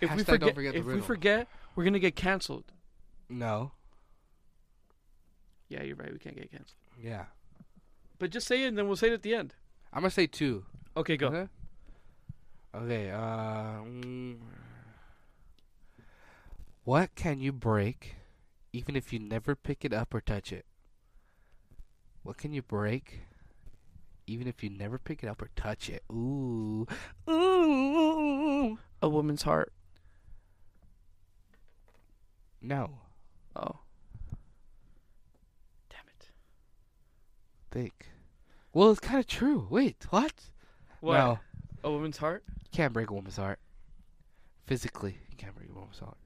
Speaker 2: If we
Speaker 1: Hashtag don't
Speaker 2: forget,
Speaker 1: forget the
Speaker 2: if we
Speaker 1: riddle.
Speaker 2: forget, we're gonna get canceled.
Speaker 1: No.
Speaker 2: Yeah, you're right. We can't get canceled.
Speaker 1: Yeah.
Speaker 2: But just say it, and then we'll say it at the end.
Speaker 1: I'm gonna say two.
Speaker 2: Okay, go.
Speaker 1: Okay. Okay. Uh, mm. what can you break, even if you never pick it up or touch it? What can you break, even if you never pick it up or touch it? Ooh, ooh.
Speaker 2: A woman's heart.
Speaker 1: No,
Speaker 2: Oh. Damn it.
Speaker 1: think. Well, it's kind of true. Wait, what?
Speaker 2: What?
Speaker 1: No,
Speaker 2: A woman's heart?
Speaker 1: you can't break a woman's heart. Physically, you can't break a woman's heart.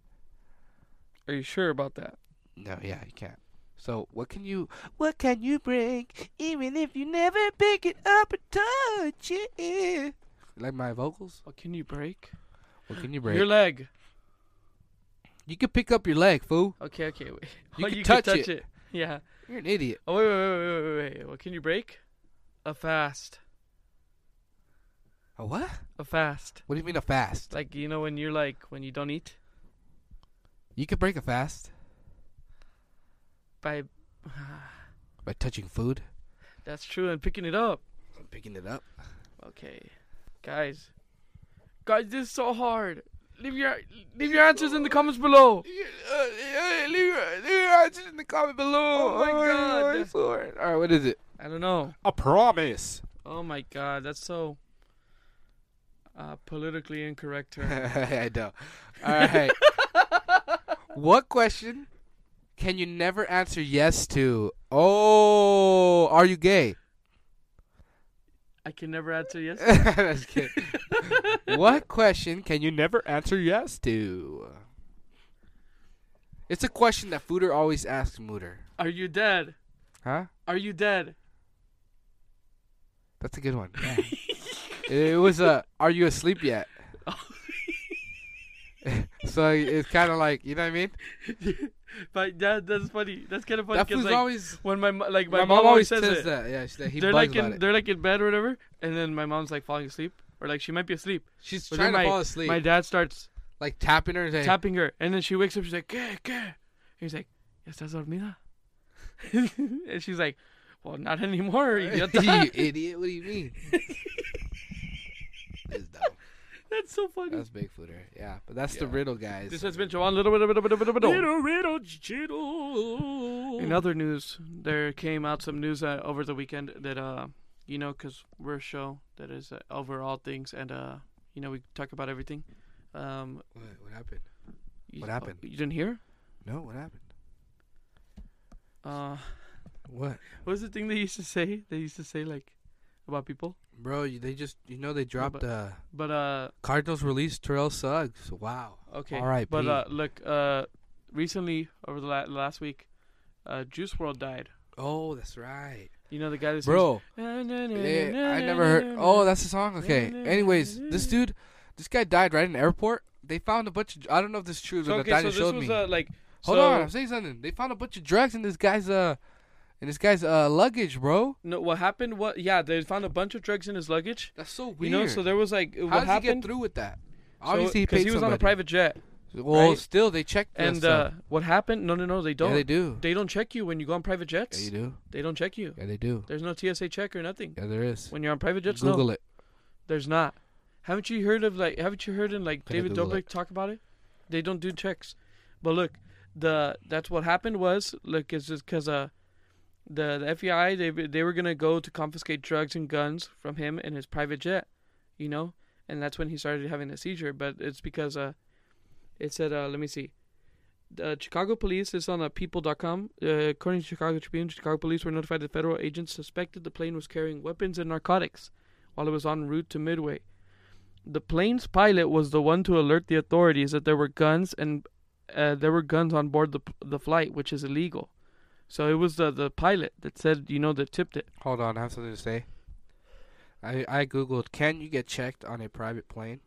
Speaker 2: Are you sure about that?
Speaker 1: No, yeah, you can't. So what can you what can you break even if you never pick it up or touch it? Like my vocals?
Speaker 2: What Oh, can you break?
Speaker 1: What can you break?
Speaker 2: Your leg.
Speaker 1: you can pick up your leg, fool.
Speaker 2: Okay, okay. Wait.
Speaker 1: You
Speaker 2: Oh,
Speaker 1: can
Speaker 2: you
Speaker 1: touch
Speaker 2: can touch
Speaker 1: it.
Speaker 2: it. Yeah.
Speaker 1: You're an idiot.
Speaker 2: Oh wait, wait, wait, wait, wait, wait. What can you break? A fast.
Speaker 1: A what?
Speaker 2: A fast.
Speaker 1: What do you mean a fast?
Speaker 2: Like you know when you're like when you don't eat
Speaker 1: You can break a fast
Speaker 2: by.
Speaker 1: by touching food.
Speaker 2: That's true. And picking it up.
Speaker 1: I'm picking it up.
Speaker 2: Okay, guys. Guys, this is so hard. Leave your leave your answers in the comments below.
Speaker 1: uh, Leave your leave your answers in the comment below.
Speaker 2: Oh my God.
Speaker 1: All right, what is it?
Speaker 2: I don't know.
Speaker 1: A promise.
Speaker 2: Oh my god, that's so uh, politically incorrect. Term.
Speaker 1: I know. All right. what question can you never answer yes to? Oh, are you gay?
Speaker 2: I can never answer yes.
Speaker 1: Just kidding. what question can you never answer yes to? It's a question that Fooder always asks Mooter.
Speaker 2: Are you dead?
Speaker 1: Huh?
Speaker 2: Are you dead?
Speaker 1: That's a good one. Yeah. it was a are you asleep yet? so it's kind of like, you know what I mean?
Speaker 2: but that that's funny. That's kind of funny
Speaker 1: That
Speaker 2: because
Speaker 1: food's
Speaker 2: like
Speaker 1: always
Speaker 2: when my mo- like
Speaker 1: my,
Speaker 2: my,
Speaker 1: mom, always
Speaker 2: says,
Speaker 1: says,
Speaker 2: it.
Speaker 1: that. Yeah, she, he
Speaker 2: They're
Speaker 1: bugs
Speaker 2: like
Speaker 1: about it.
Speaker 2: in they're like in bed or whatever, and then my mom's like falling asleep or like she might be asleep.
Speaker 1: She's
Speaker 2: But
Speaker 1: trying
Speaker 2: then
Speaker 1: to
Speaker 2: my,
Speaker 1: fall asleep.
Speaker 2: My dad starts
Speaker 1: like tapping her and saying,
Speaker 2: tapping her, and then she wakes up. She's like, "¿Qué, qué?" He's like, "¿Ya estás dormida?" and she's like, "Well, not anymore,
Speaker 1: You
Speaker 2: idiota."
Speaker 1: idiot, what do you mean? that's dumb.
Speaker 2: That's so funny.
Speaker 1: That's Bigfooter. Yeah, but that's the riddle, guys.
Speaker 2: this has been Joanne Little Riddle Riddle Riddle Riddle.
Speaker 1: riddle, riddle, jiddle.
Speaker 2: In other news, there came out some news uh, over the weekend that, uh, you know, because we're a show that is uh, over all things and, uh, you know, we talk about everything. Um,
Speaker 1: What, what happened?
Speaker 2: you-
Speaker 1: What happened?
Speaker 2: you didn't hear?
Speaker 1: No, what happened?
Speaker 2: Uh,
Speaker 1: What?
Speaker 2: what was the thing they used to say? They used to say, like, about people.
Speaker 1: Bro, you, they just, you know, they dropped
Speaker 2: but-
Speaker 1: uh,
Speaker 2: But, uh,
Speaker 1: Cardinals released Terrell Suggs. Wow.
Speaker 2: okay.
Speaker 1: R.I.P..
Speaker 2: But, uh, look, uh, recently, over the la- last week, uh, Juice World died.
Speaker 1: Oh, that's right.
Speaker 2: You know, the guy that sings,
Speaker 1: Bro,
Speaker 2: "Na, na, na,
Speaker 1: Yeah,
Speaker 2: na,
Speaker 1: I
Speaker 2: na,
Speaker 1: never
Speaker 2: na,
Speaker 1: heard.
Speaker 2: na,
Speaker 1: Oh,
Speaker 2: na."
Speaker 1: that's the song. Okay. Anyways, this dude, this guy died right in the airport. They found a bunch of. I don't know if this is true, but
Speaker 2: So,
Speaker 1: the
Speaker 2: okay, so
Speaker 1: diner
Speaker 2: this
Speaker 1: showed
Speaker 2: was,
Speaker 1: me.
Speaker 2: uh, like,
Speaker 1: Hold
Speaker 2: so-
Speaker 1: on, I'm saying something. They found a bunch of drugs in this guy's uh, in this guy's uh luggage, bro.
Speaker 2: No, what happened? What? Yeah, they found a bunch of drugs in his luggage.
Speaker 1: That's so
Speaker 2: You
Speaker 1: weird.
Speaker 2: know, so there was like
Speaker 1: How
Speaker 2: what
Speaker 1: did he
Speaker 2: happened.
Speaker 1: get through with that?
Speaker 2: So-
Speaker 1: Obviously, he
Speaker 2: 'cause
Speaker 1: paid
Speaker 2: was
Speaker 1: somebody.
Speaker 2: on a private jet,
Speaker 1: Well,
Speaker 2: right?
Speaker 1: still, they checked that
Speaker 2: and uh,
Speaker 1: stuff.
Speaker 2: what happened? No, no, no, they don't.
Speaker 1: Yeah, they do.
Speaker 2: They don't check you when you go on private
Speaker 1: Yeah,
Speaker 2: jets.
Speaker 1: you do.
Speaker 2: They don't check you.
Speaker 1: Yeah, they do.
Speaker 2: There's no TSA check or nothing
Speaker 1: Yeah, there is.
Speaker 2: when you're on private jets.
Speaker 1: Google
Speaker 2: no,
Speaker 1: it.
Speaker 2: there's not. Haven't you heard of like? Haven't you heard in like
Speaker 1: Gonna
Speaker 2: David
Speaker 1: Google
Speaker 2: Dobrik talk about it? They don't do checks. But look, the that's what happened was look is because uh, the the FBI they they were gonna go to confiscate drugs and guns from him in his private jet, you know, and that's when he started having a seizure. But it's because uh, it said uh, let me see. The Chicago police is on a people.com. Uh, according to Chicago Tribune, Chicago police were notified that federal agents suspected the plane was carrying weapons and narcotics while it was en route to Midway. The plane's pilot was the one to alert the authorities that there were guns and uh, there were guns on board the the flight, which is illegal. So it was the the pilot that said, you know, that tipped it.
Speaker 1: Hold on, I have something to say. I I googled can you get checked on a private plane?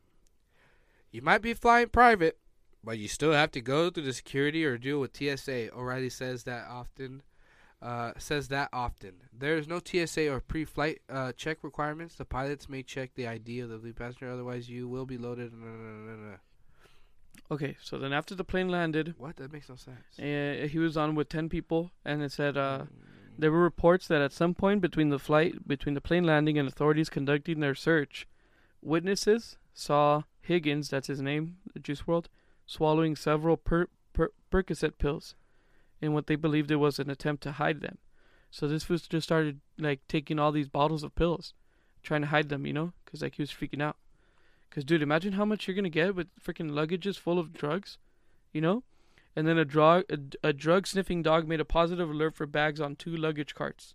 Speaker 1: You might be flying private, but you still have to go through the security or deal with TSA. O'Reilly says that often. Uh, says that often. There is no TSA or pre-flight uh, check requirements. The pilots may check the ID of the lead passenger, otherwise you will be loaded. No, no, no, no, no.
Speaker 2: Okay, so then after the plane landed,
Speaker 1: What? That makes no sense. Hmm.
Speaker 2: uh, he was on with ten people, and it said. Uh, There were reports that at some point between the flight, between the plane landing and authorities conducting their search, witnesses saw Higgins, that's his name, the Juice World, swallowing several per, per, Percocet pills, in what they believed it was an attempt to hide them. So this was just started like taking all these bottles of pills, trying to hide them, you know, because like he was freaking out. Cause dude, imagine how much you're gonna get with freaking luggages full of drugs, you know. And then a drug a, a drug sniffing dog made a positive alert for bags on two luggage carts.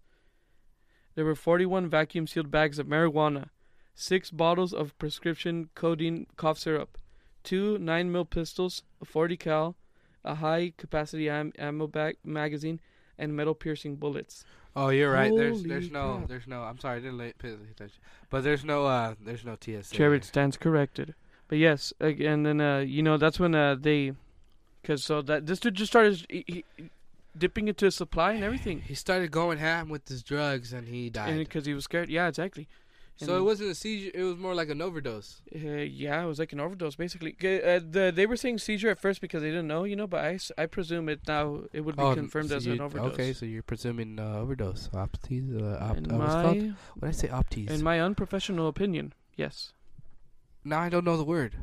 Speaker 2: There were 41 vacuum sealed bags of marijuana, six bottles of prescription codeine cough syrup, two 9 mil pistols, a 40 cal, a high capacity am- ammo bag magazine, and metal piercing bullets.
Speaker 1: Oh, you're right. There's
Speaker 2: Holy
Speaker 1: there's no
Speaker 2: crap.
Speaker 1: there's no. I'm sorry, I didn't lay, pay attention. But there's no uh there's no TSA.
Speaker 2: Jared stands corrected. But yes, ag- and then uh, you know that's when uh, they, cause so that this dude just started he, he, dipping into his supply and everything,
Speaker 1: He started going ham with his drugs and he died.
Speaker 2: and because he was scared. Yeah, exactly.
Speaker 1: so it wasn't a seizure, it was more like an overdose.
Speaker 2: Uh, yeah, it was like an overdose, basically. G- Uh, the, they were saying seizure at first because they didn't know, you know, but I, s- I presume it now it would be confirmed as an overdose.
Speaker 1: Oh, Okay, so you're presuming uh, overdose. Opties, uh,
Speaker 2: in,
Speaker 1: opt- uh, what's it called?
Speaker 2: my,
Speaker 1: What did I say? Opties.
Speaker 2: in my unprofessional opinion, yes,
Speaker 1: now I don't know the word.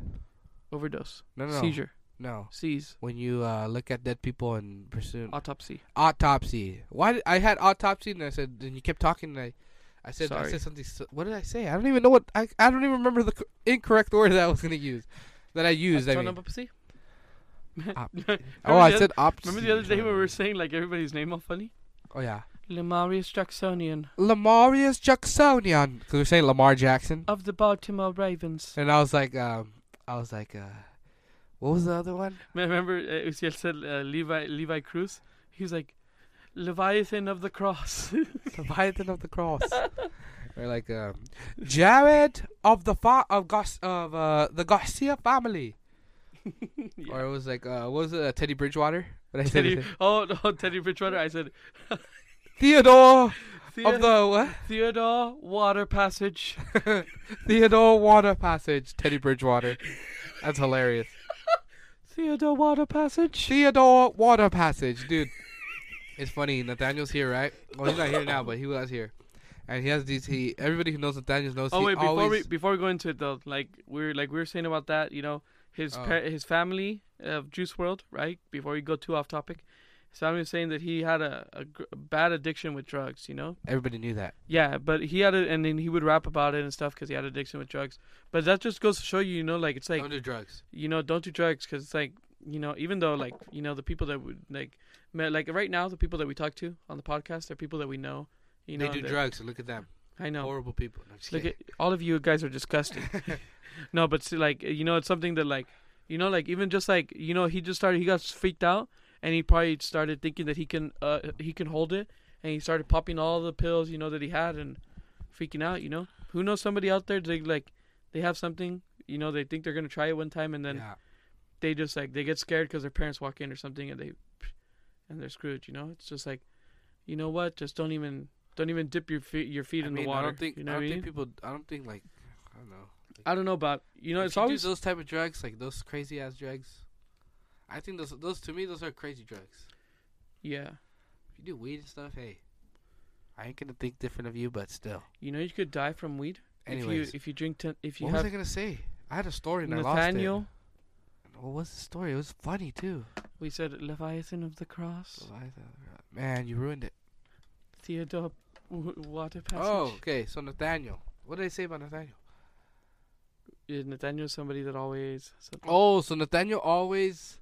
Speaker 2: overdose,
Speaker 1: No, no, no.
Speaker 2: seizure,
Speaker 1: No.
Speaker 2: seize,
Speaker 1: When you uh, look at dead people and pursue
Speaker 2: autopsy.
Speaker 1: autopsy. Why did, I had autopsy and I said and you kept talking and I, I said I
Speaker 2: Sorry.
Speaker 1: said something. so- What did I say? I don't even know what I. I don't even remember the cor- incorrect word that I was gonna use. That I used. I mean.
Speaker 2: Autopsy?
Speaker 1: Op-
Speaker 2: Remember
Speaker 1: oh, I
Speaker 2: the
Speaker 1: said opt.
Speaker 2: Remember the other day when we were saying like everybody's name all funny?
Speaker 1: Oh yeah.
Speaker 2: Lamarius Jacksonian
Speaker 1: Lamarius Jacksonian. Because we're saying Lamar Jackson.
Speaker 2: of the Baltimore Ravens.
Speaker 1: And I was like, um, I was like, uh, what was the other one?
Speaker 2: Remember, uh, Uziel said uh, Levi Levi Cruz. He's like Leviathan of the Cross.
Speaker 1: Leviathan of the Cross. Or like, um, Jared of the fa- of Gar- of uh, the Garcia family.
Speaker 2: Yeah.
Speaker 1: Or it was like, uh, what was it? Uh, Teddy Bridgewater. But I said
Speaker 2: Teddy,
Speaker 1: it-
Speaker 2: oh, no, Teddy Bridgewater. I said
Speaker 1: Theodore
Speaker 2: Theo,
Speaker 1: of the what?
Speaker 2: Theodore Water Passage.
Speaker 1: Theodore Water Passage. Teddy Bridgewater. That's hilarious.
Speaker 2: Theodore Water Passage.
Speaker 1: Theodore Water Passage, dude. it's funny. Nathaniel's here, right? Well, he's not here now, but he was here, and he has these. He everybody who knows Nathaniel's knows.
Speaker 2: Oh
Speaker 1: he
Speaker 2: wait, before
Speaker 1: always,
Speaker 2: we before we go into it though, like we we're like we were saying about that, you know, his
Speaker 1: Oh.
Speaker 2: par- his family of Juice World, right? Before we go too off topic, his family was saying that he had a, a gr- a bad addiction with drugs, you know.
Speaker 1: everybody knew that.
Speaker 2: Yeah, but he had it, and then he would rap about it and stuff because he had addiction with drugs. But that just goes to show you, you know, like it's like
Speaker 1: Under drugs.
Speaker 2: you know, don't do drugs because it's like, you know, even though like, you know, the people that would like, ma- like right now, the people that we talk to on the podcast, they're people that we know. You know,
Speaker 1: they do
Speaker 2: they're-
Speaker 1: drugs, and look at them.
Speaker 2: I know.
Speaker 1: Horrible people. No, I'm just
Speaker 2: Look at
Speaker 1: kidding.
Speaker 2: all of you guys are disgusting. no, but see, like, you know, it's something that like, you know, like even just like, you know, he just started, he got freaked out, and he probably started thinking that he can, uh, he can hold it, and he started popping all the pills, you know, that he had, and freaking out. You know, who knows? Somebody out there, they like, they have something. You know, they think they're gonna try it one time, and then
Speaker 1: yeah.
Speaker 2: they just like they get scared because their parents walk in or something and they and they're screwed you know it's just like you know what just don't even don't even dip your feet your feet
Speaker 1: I
Speaker 2: in
Speaker 1: mean,
Speaker 2: the water
Speaker 1: I don't think.
Speaker 2: you know
Speaker 1: I
Speaker 2: what
Speaker 1: don't
Speaker 2: I mean
Speaker 1: think people. I don't think like. I don't know.
Speaker 2: I don't know about you know
Speaker 1: If
Speaker 2: it's
Speaker 1: you do
Speaker 2: always
Speaker 1: those type of drugs, like those crazy ass drugs. I think those those to me those are crazy drugs.
Speaker 2: yeah
Speaker 1: If you do weed and stuff, hey, I ain't gonna think different of you, but still.
Speaker 2: you know you could die from weed
Speaker 1: Anyways,
Speaker 2: if you if you drink ten, if you
Speaker 1: what was I
Speaker 2: have
Speaker 1: gonna say? I had a story and I
Speaker 2: Nathaniel,
Speaker 1: lost it. What was the story? It was funny too.
Speaker 2: we said Leviathan of the Cross,
Speaker 1: Man, you ruined it.
Speaker 2: Theodore w- Water Passage.
Speaker 1: Oh, okay. So Nathaniel, what did I say about Nathaniel?
Speaker 2: Yeah, Nathaniel's somebody that always. said-
Speaker 1: Oh, so Nathaniel always.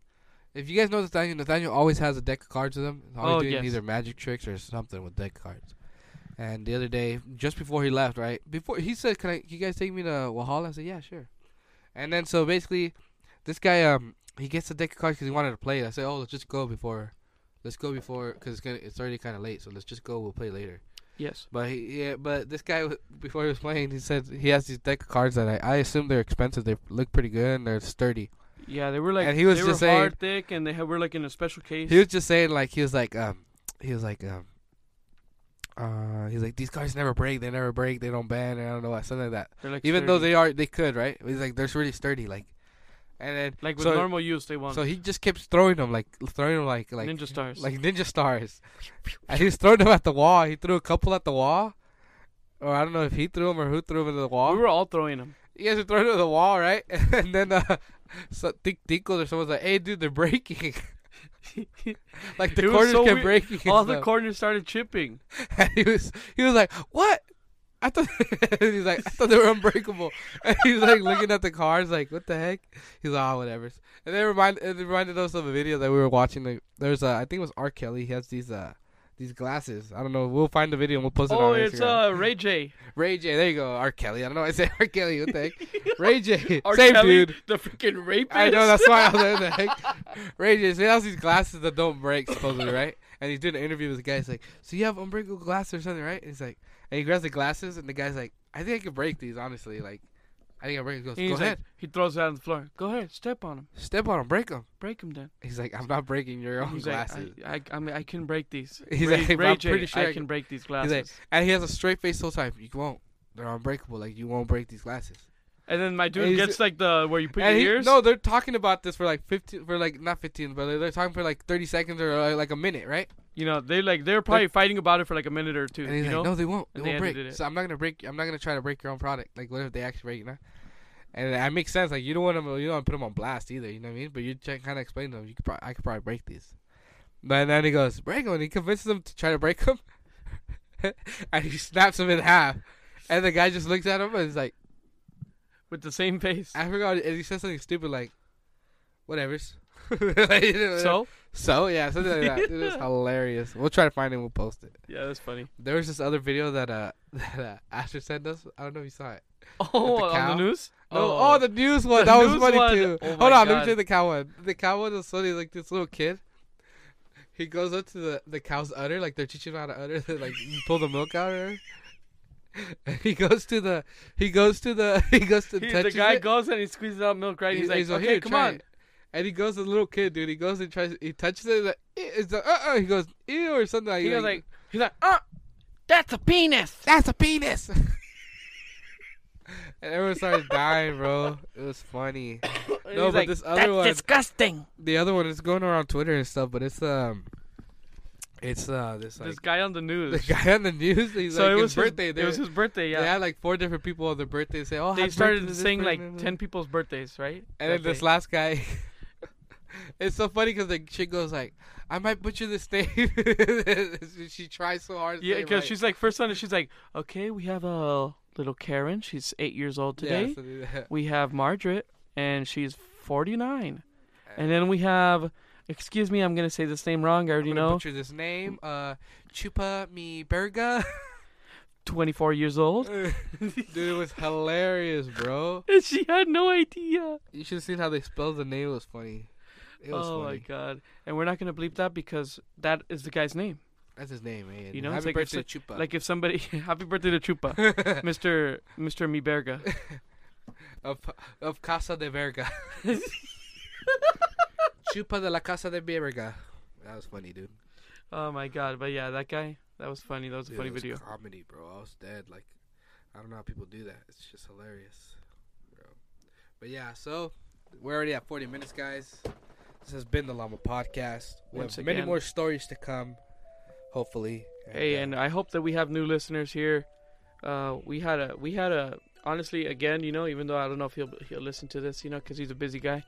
Speaker 1: If you guys know Nathaniel, Nathaniel always has a deck of cards with him. He's always
Speaker 2: Oh,
Speaker 1: doing
Speaker 2: yes.
Speaker 1: either magic tricks or something with deck cards. And the other day, just before he left, right before he said, "Can I? You guys take me to Wahala?" I said, "Yeah, sure." And then so basically, this guy um he gets the deck of cards because he wanted to play it. I said, "Oh, let's just go before, let's go before because it's gonna it's already kind of late, so let's just go. We'll play later."
Speaker 2: Yes.
Speaker 1: But he, yeah, but this guy w- before he was playing, he said he has these deck of cards that I, I assume they're expensive. They look pretty good and they're sturdy.
Speaker 2: Yeah, they were like
Speaker 1: And he was
Speaker 2: they
Speaker 1: just
Speaker 2: were
Speaker 1: saying-
Speaker 2: hard thick, and they had, were like in a special case.
Speaker 1: He was just saying like he was like um he was like um uh he's like these cards never break, they never break, they don't bend, and I don't know what something like that.
Speaker 2: They're like
Speaker 1: Even though
Speaker 2: sturdy.
Speaker 1: they are they could, right? He's like they're really sturdy, like and then
Speaker 2: like with
Speaker 1: so,
Speaker 2: normal use they won't
Speaker 1: so he just kept throwing them like throwing them like like
Speaker 2: ninja stars.
Speaker 1: like ninja stars. and he was throwing them at the wall. He threw a couple at the wall. Or I don't know if he threw them or who threw them into the wall.
Speaker 2: we were all throwing them.
Speaker 1: You guys are throwing it to the wall, right? And then uh, so Tink Tinkles or someone's like, "Hey, dude, they're breaking." like the
Speaker 2: It was
Speaker 1: corners
Speaker 2: so
Speaker 1: kept
Speaker 2: weird.
Speaker 1: breaking. and
Speaker 2: all the
Speaker 1: stuff.
Speaker 2: corners started chipping.
Speaker 1: And he was he was like, "What?" I thought he's like, "I thought they were unbreakable." And he was like looking at the cars, like, "What the heck?" He's like, "Ah, whatever." And they remind it reminded us of a video that we were watching. Like, there's a I think it was R. Kelly. He has these uh these glasses. I don't know. We'll find the video and we'll post it
Speaker 2: oh,
Speaker 1: on
Speaker 2: it's
Speaker 1: Instagram.
Speaker 2: uh Ray J.
Speaker 1: Ray J. There you go. R. Kelly. I don't know. why I said R. Kelly. What the heck? Ray J.
Speaker 2: R.
Speaker 1: Same
Speaker 2: Kelly,
Speaker 1: dude.
Speaker 2: the freaking rapist.
Speaker 1: I know that's why I was like, "What the heck. Ray J. So he has these glasses that don't break supposedly, right? And he's doing an interview with the guy. He's like, "So you have unbreakable glasses or something, right?" And he's like, and he grabs the glasses, and the guy's like, "I think I can break these, honestly. Like, I think I can break." He goes,
Speaker 2: And
Speaker 1: "Go
Speaker 2: he's like-
Speaker 1: ahead,
Speaker 2: he throws it on the floor. Go ahead, step on him,
Speaker 1: step on them, break them."
Speaker 2: break him down.
Speaker 1: He's like, "I'm not breaking your own
Speaker 2: He's like,
Speaker 1: glasses."
Speaker 2: I, I, I, mean, I can break these.
Speaker 1: He's
Speaker 2: Ray,
Speaker 1: like, "But
Speaker 2: Ray
Speaker 1: I'm
Speaker 2: J,
Speaker 1: pretty sure I
Speaker 2: I can break these
Speaker 1: like-
Speaker 2: glasses.
Speaker 1: and he has a straight face the whole time. You won't. They're unbreakable. Like you won't break these glasses.
Speaker 2: and then my
Speaker 1: and
Speaker 2: dude
Speaker 1: he's-
Speaker 2: gets like the where you put
Speaker 1: And
Speaker 2: your
Speaker 1: he-
Speaker 2: ears.
Speaker 1: No, they're talking about this for like fifteen, for like not fifteen, but they're talking for like thirty seconds or uh, like a minute, right?
Speaker 2: you know they like they're probably fighting about it for like a minute or two.
Speaker 1: And he's
Speaker 2: You
Speaker 1: like,
Speaker 2: know,
Speaker 1: no, they won't. They
Speaker 2: And
Speaker 1: won't
Speaker 2: they
Speaker 1: break.
Speaker 2: edited it.
Speaker 1: So I'm not gonna break. I'm not gonna try to break your own product. Like, what if they actually break? You know. And that makes sense. Like, you don't want to. You don't want to put them on blast either. You know what I mean? But you kind of explain to them. You could. Pro- I could probably break these. But then he goes break them. And he convinces them to try to break them. and he snaps them in half. And the guy just looks at him and he's like,
Speaker 2: with the same face.
Speaker 1: I forgot. And he says something stupid like, whatever's. Like, you know,
Speaker 2: So
Speaker 1: so yeah, something like that. it is hilarious. We'll try to find it. and We'll post it.
Speaker 2: yeah, that's funny.
Speaker 1: There was this other video that uh that uh, Asher sent us. I don't know if you saw it.
Speaker 2: Oh,
Speaker 1: cow?
Speaker 2: on the news.
Speaker 1: No, oh, the news one.
Speaker 2: The
Speaker 1: that was
Speaker 2: news
Speaker 1: funny
Speaker 2: one.
Speaker 1: too.
Speaker 2: Oh
Speaker 1: Hold
Speaker 2: my
Speaker 1: on, let me
Speaker 2: God.
Speaker 1: tell you the cow one. The cow one was funny. Like this little kid, he goes up to the the cow's udder, like they're teaching him how to udder, they, like you pull the milk out. Or and he goes to the he goes to the he goes to
Speaker 2: He- the
Speaker 1: touches
Speaker 2: guy
Speaker 1: it.
Speaker 2: goes and he squeezes out milk right.
Speaker 1: He-
Speaker 2: He's, like,
Speaker 1: "Here,
Speaker 2: okay, come
Speaker 1: try
Speaker 2: on.
Speaker 1: it." And he goes to the little kid, dude. He goes and tries. He touches it. Like, "Eh," it's like, uh, uh He goes, ew, or something like.
Speaker 2: He goes like, he's like, ah, that's a penis.
Speaker 1: That's a penis. and everyone started dying, bro. It was funny.
Speaker 2: And
Speaker 1: No, but
Speaker 2: he's like,
Speaker 1: this other one,
Speaker 3: disgusting.
Speaker 1: the other one is going around Twitter and stuff, but it's um, it's uh, this like
Speaker 2: this guy on the
Speaker 1: the
Speaker 2: news.
Speaker 1: guy on the news. He's
Speaker 2: so
Speaker 1: like
Speaker 2: it
Speaker 1: his
Speaker 2: was
Speaker 1: birthday.
Speaker 2: His,
Speaker 1: they,
Speaker 2: it was his birthday.
Speaker 1: they
Speaker 2: Yeah.
Speaker 1: had like four different people on their birthday say, "Oh, happy
Speaker 2: they
Speaker 1: birthday
Speaker 2: started
Speaker 1: to this
Speaker 2: saying
Speaker 1: person,"
Speaker 2: like 10 people's birthdays, right?
Speaker 1: And then this last guy, it's so funny because the chick goes like, "I might butcher this name." she tries so hard. To
Speaker 2: Yeah,
Speaker 1: say it
Speaker 2: because
Speaker 1: right.
Speaker 2: she's like, first one, she's like, okay, we have a little Karen. She's eight years old
Speaker 1: Yeah,
Speaker 2: today.
Speaker 1: something like that.
Speaker 2: We have Margaret, and she's 49. And then we have, excuse me, I'm going to say this name wrong. I
Speaker 1: I'm
Speaker 2: already
Speaker 1: gonna
Speaker 2: know.
Speaker 1: butcher this name. Uh, Chupa Mi Burger.
Speaker 2: 24 years old.
Speaker 1: Dude, it was hilarious, bro.
Speaker 2: And she had no idea.
Speaker 1: You should have seen how they spelled the name. It was funny. It was
Speaker 2: oh my
Speaker 1: funny.
Speaker 2: god! And we're not gonna bleep that because that is the guy's name.
Speaker 1: That's his name, man.
Speaker 2: You know,
Speaker 1: happy
Speaker 2: it's like if
Speaker 1: birthday, Chupa.
Speaker 2: Like if somebody, happy birthday to Chupa, Mister Mister Miberga.
Speaker 1: of of Casa de Verga. Chupa de la Casa de Verga. That was funny, dude.
Speaker 2: Oh my god! But yeah, that guy, that was funny. That was a
Speaker 1: Dude,
Speaker 2: funny
Speaker 1: it was
Speaker 2: video.
Speaker 1: Comedy, bro. I was dead. Like, I don't know how people do that. It's just hilarious, bro. But yeah, so we're already at 40 minutes, guys. This has been the Llama Podcast. We
Speaker 2: Once
Speaker 1: have many
Speaker 2: again.
Speaker 1: more stories to come, hopefully.
Speaker 2: Hey,
Speaker 1: uh,
Speaker 2: and I hope that we have new listeners here. Uh, we had a we had a honestly, again, you know, even though I don't know if he'll he'll listen to this, you know, because he's a busy guy,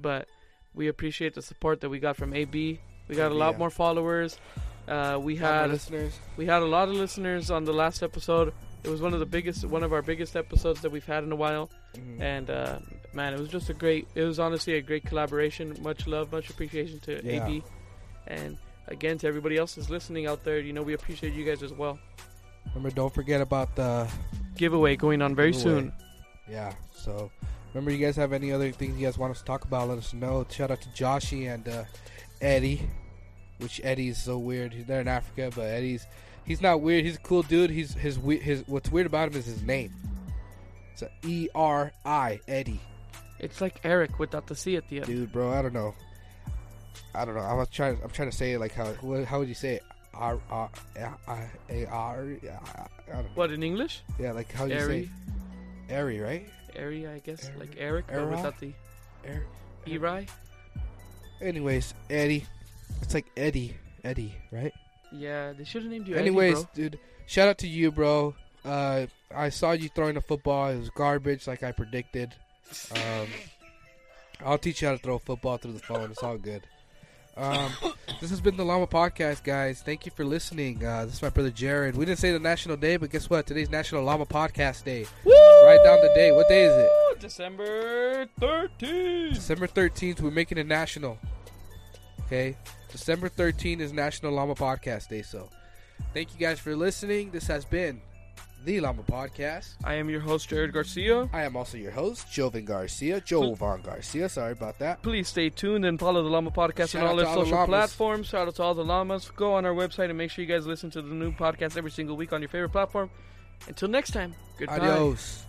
Speaker 2: but we appreciate the support that we got from AB. We got
Speaker 1: AB,
Speaker 2: a lot
Speaker 1: yeah.
Speaker 2: more followers. Uh, we
Speaker 1: All my
Speaker 2: had
Speaker 1: listeners.
Speaker 2: we had a lot of listeners on the last episode. It was one of the biggest, one of our biggest episodes that we've had in a while.
Speaker 1: Mhm.
Speaker 2: And uh, man, it was just a great. It was honestly a great collaboration. Much love, much appreciation to
Speaker 1: Yeah.
Speaker 2: AB, and again to everybody else that's listening out there. You know, we appreciate you guys as well.
Speaker 1: Remember, don't forget about the
Speaker 2: Giveaway going on very
Speaker 1: Giveaway.
Speaker 2: soon.
Speaker 1: yeah. So remember, you guys have any other things you guys want us to talk about? Let us know. Shout out to Joshy and uh, Eddie, which Eddie is so weird. He's- They're in Africa, but Eddie's he's not weird. He's a cool dude. He's his we- his what's weird about him is his name. It's a E R I Eddie.
Speaker 2: It's like Eric without the C at the end.
Speaker 1: dude, bro. I don't know. I don't know. I was trying. I'm trying to say it like how. wha- How would you say it? R R I A R. I don't know.
Speaker 2: What in English?
Speaker 1: Yeah, like how you
Speaker 2: Airy,
Speaker 1: say airy, right?
Speaker 2: airy, I guess,
Speaker 1: Airy-
Speaker 2: like Eric, but
Speaker 1: Era?
Speaker 2: without the E,
Speaker 1: Airy.
Speaker 2: Eri.
Speaker 1: Anyways, Eddie. It's like Eddie, Eddie, right?
Speaker 2: Yeah, they should have named you.
Speaker 1: Anyways,
Speaker 2: Eddie,
Speaker 1: dude. Shout out to you, bro. Uh, I saw you throwing a football. It was garbage, like I predicted. Um, I'll teach you how to throw a football through the phone. It's all good. Um, this has been the Llama Podcast, guys. Thank you for listening. Uh, this is my brother Jared. We didn't say the national day, but guess what? Today's National Llama Podcast Day.
Speaker 2: bro.
Speaker 1: Write down the day. What day is it?
Speaker 2: Woo! December thirteenth.
Speaker 1: December 13th, we're making it national. Okay? December 13th is National Llama Podcast Day, so thank you guys for listening. This has been the Llama Podcast.
Speaker 2: I am your host Jared Garcia.
Speaker 1: I am also your host, Jovan Garcia. Jovan Garcia, sorry about that.
Speaker 2: Please stay tuned and follow the Llama Podcast
Speaker 1: Shout
Speaker 2: on
Speaker 1: out
Speaker 2: all
Speaker 1: to
Speaker 2: our
Speaker 1: all the
Speaker 2: social
Speaker 1: llamas.
Speaker 2: platforms. Shout out to all the llamas. Go on our website and make sure you guys listen to the new podcast every single week on your favorite platform. Until next time, goodbye.
Speaker 1: Adios.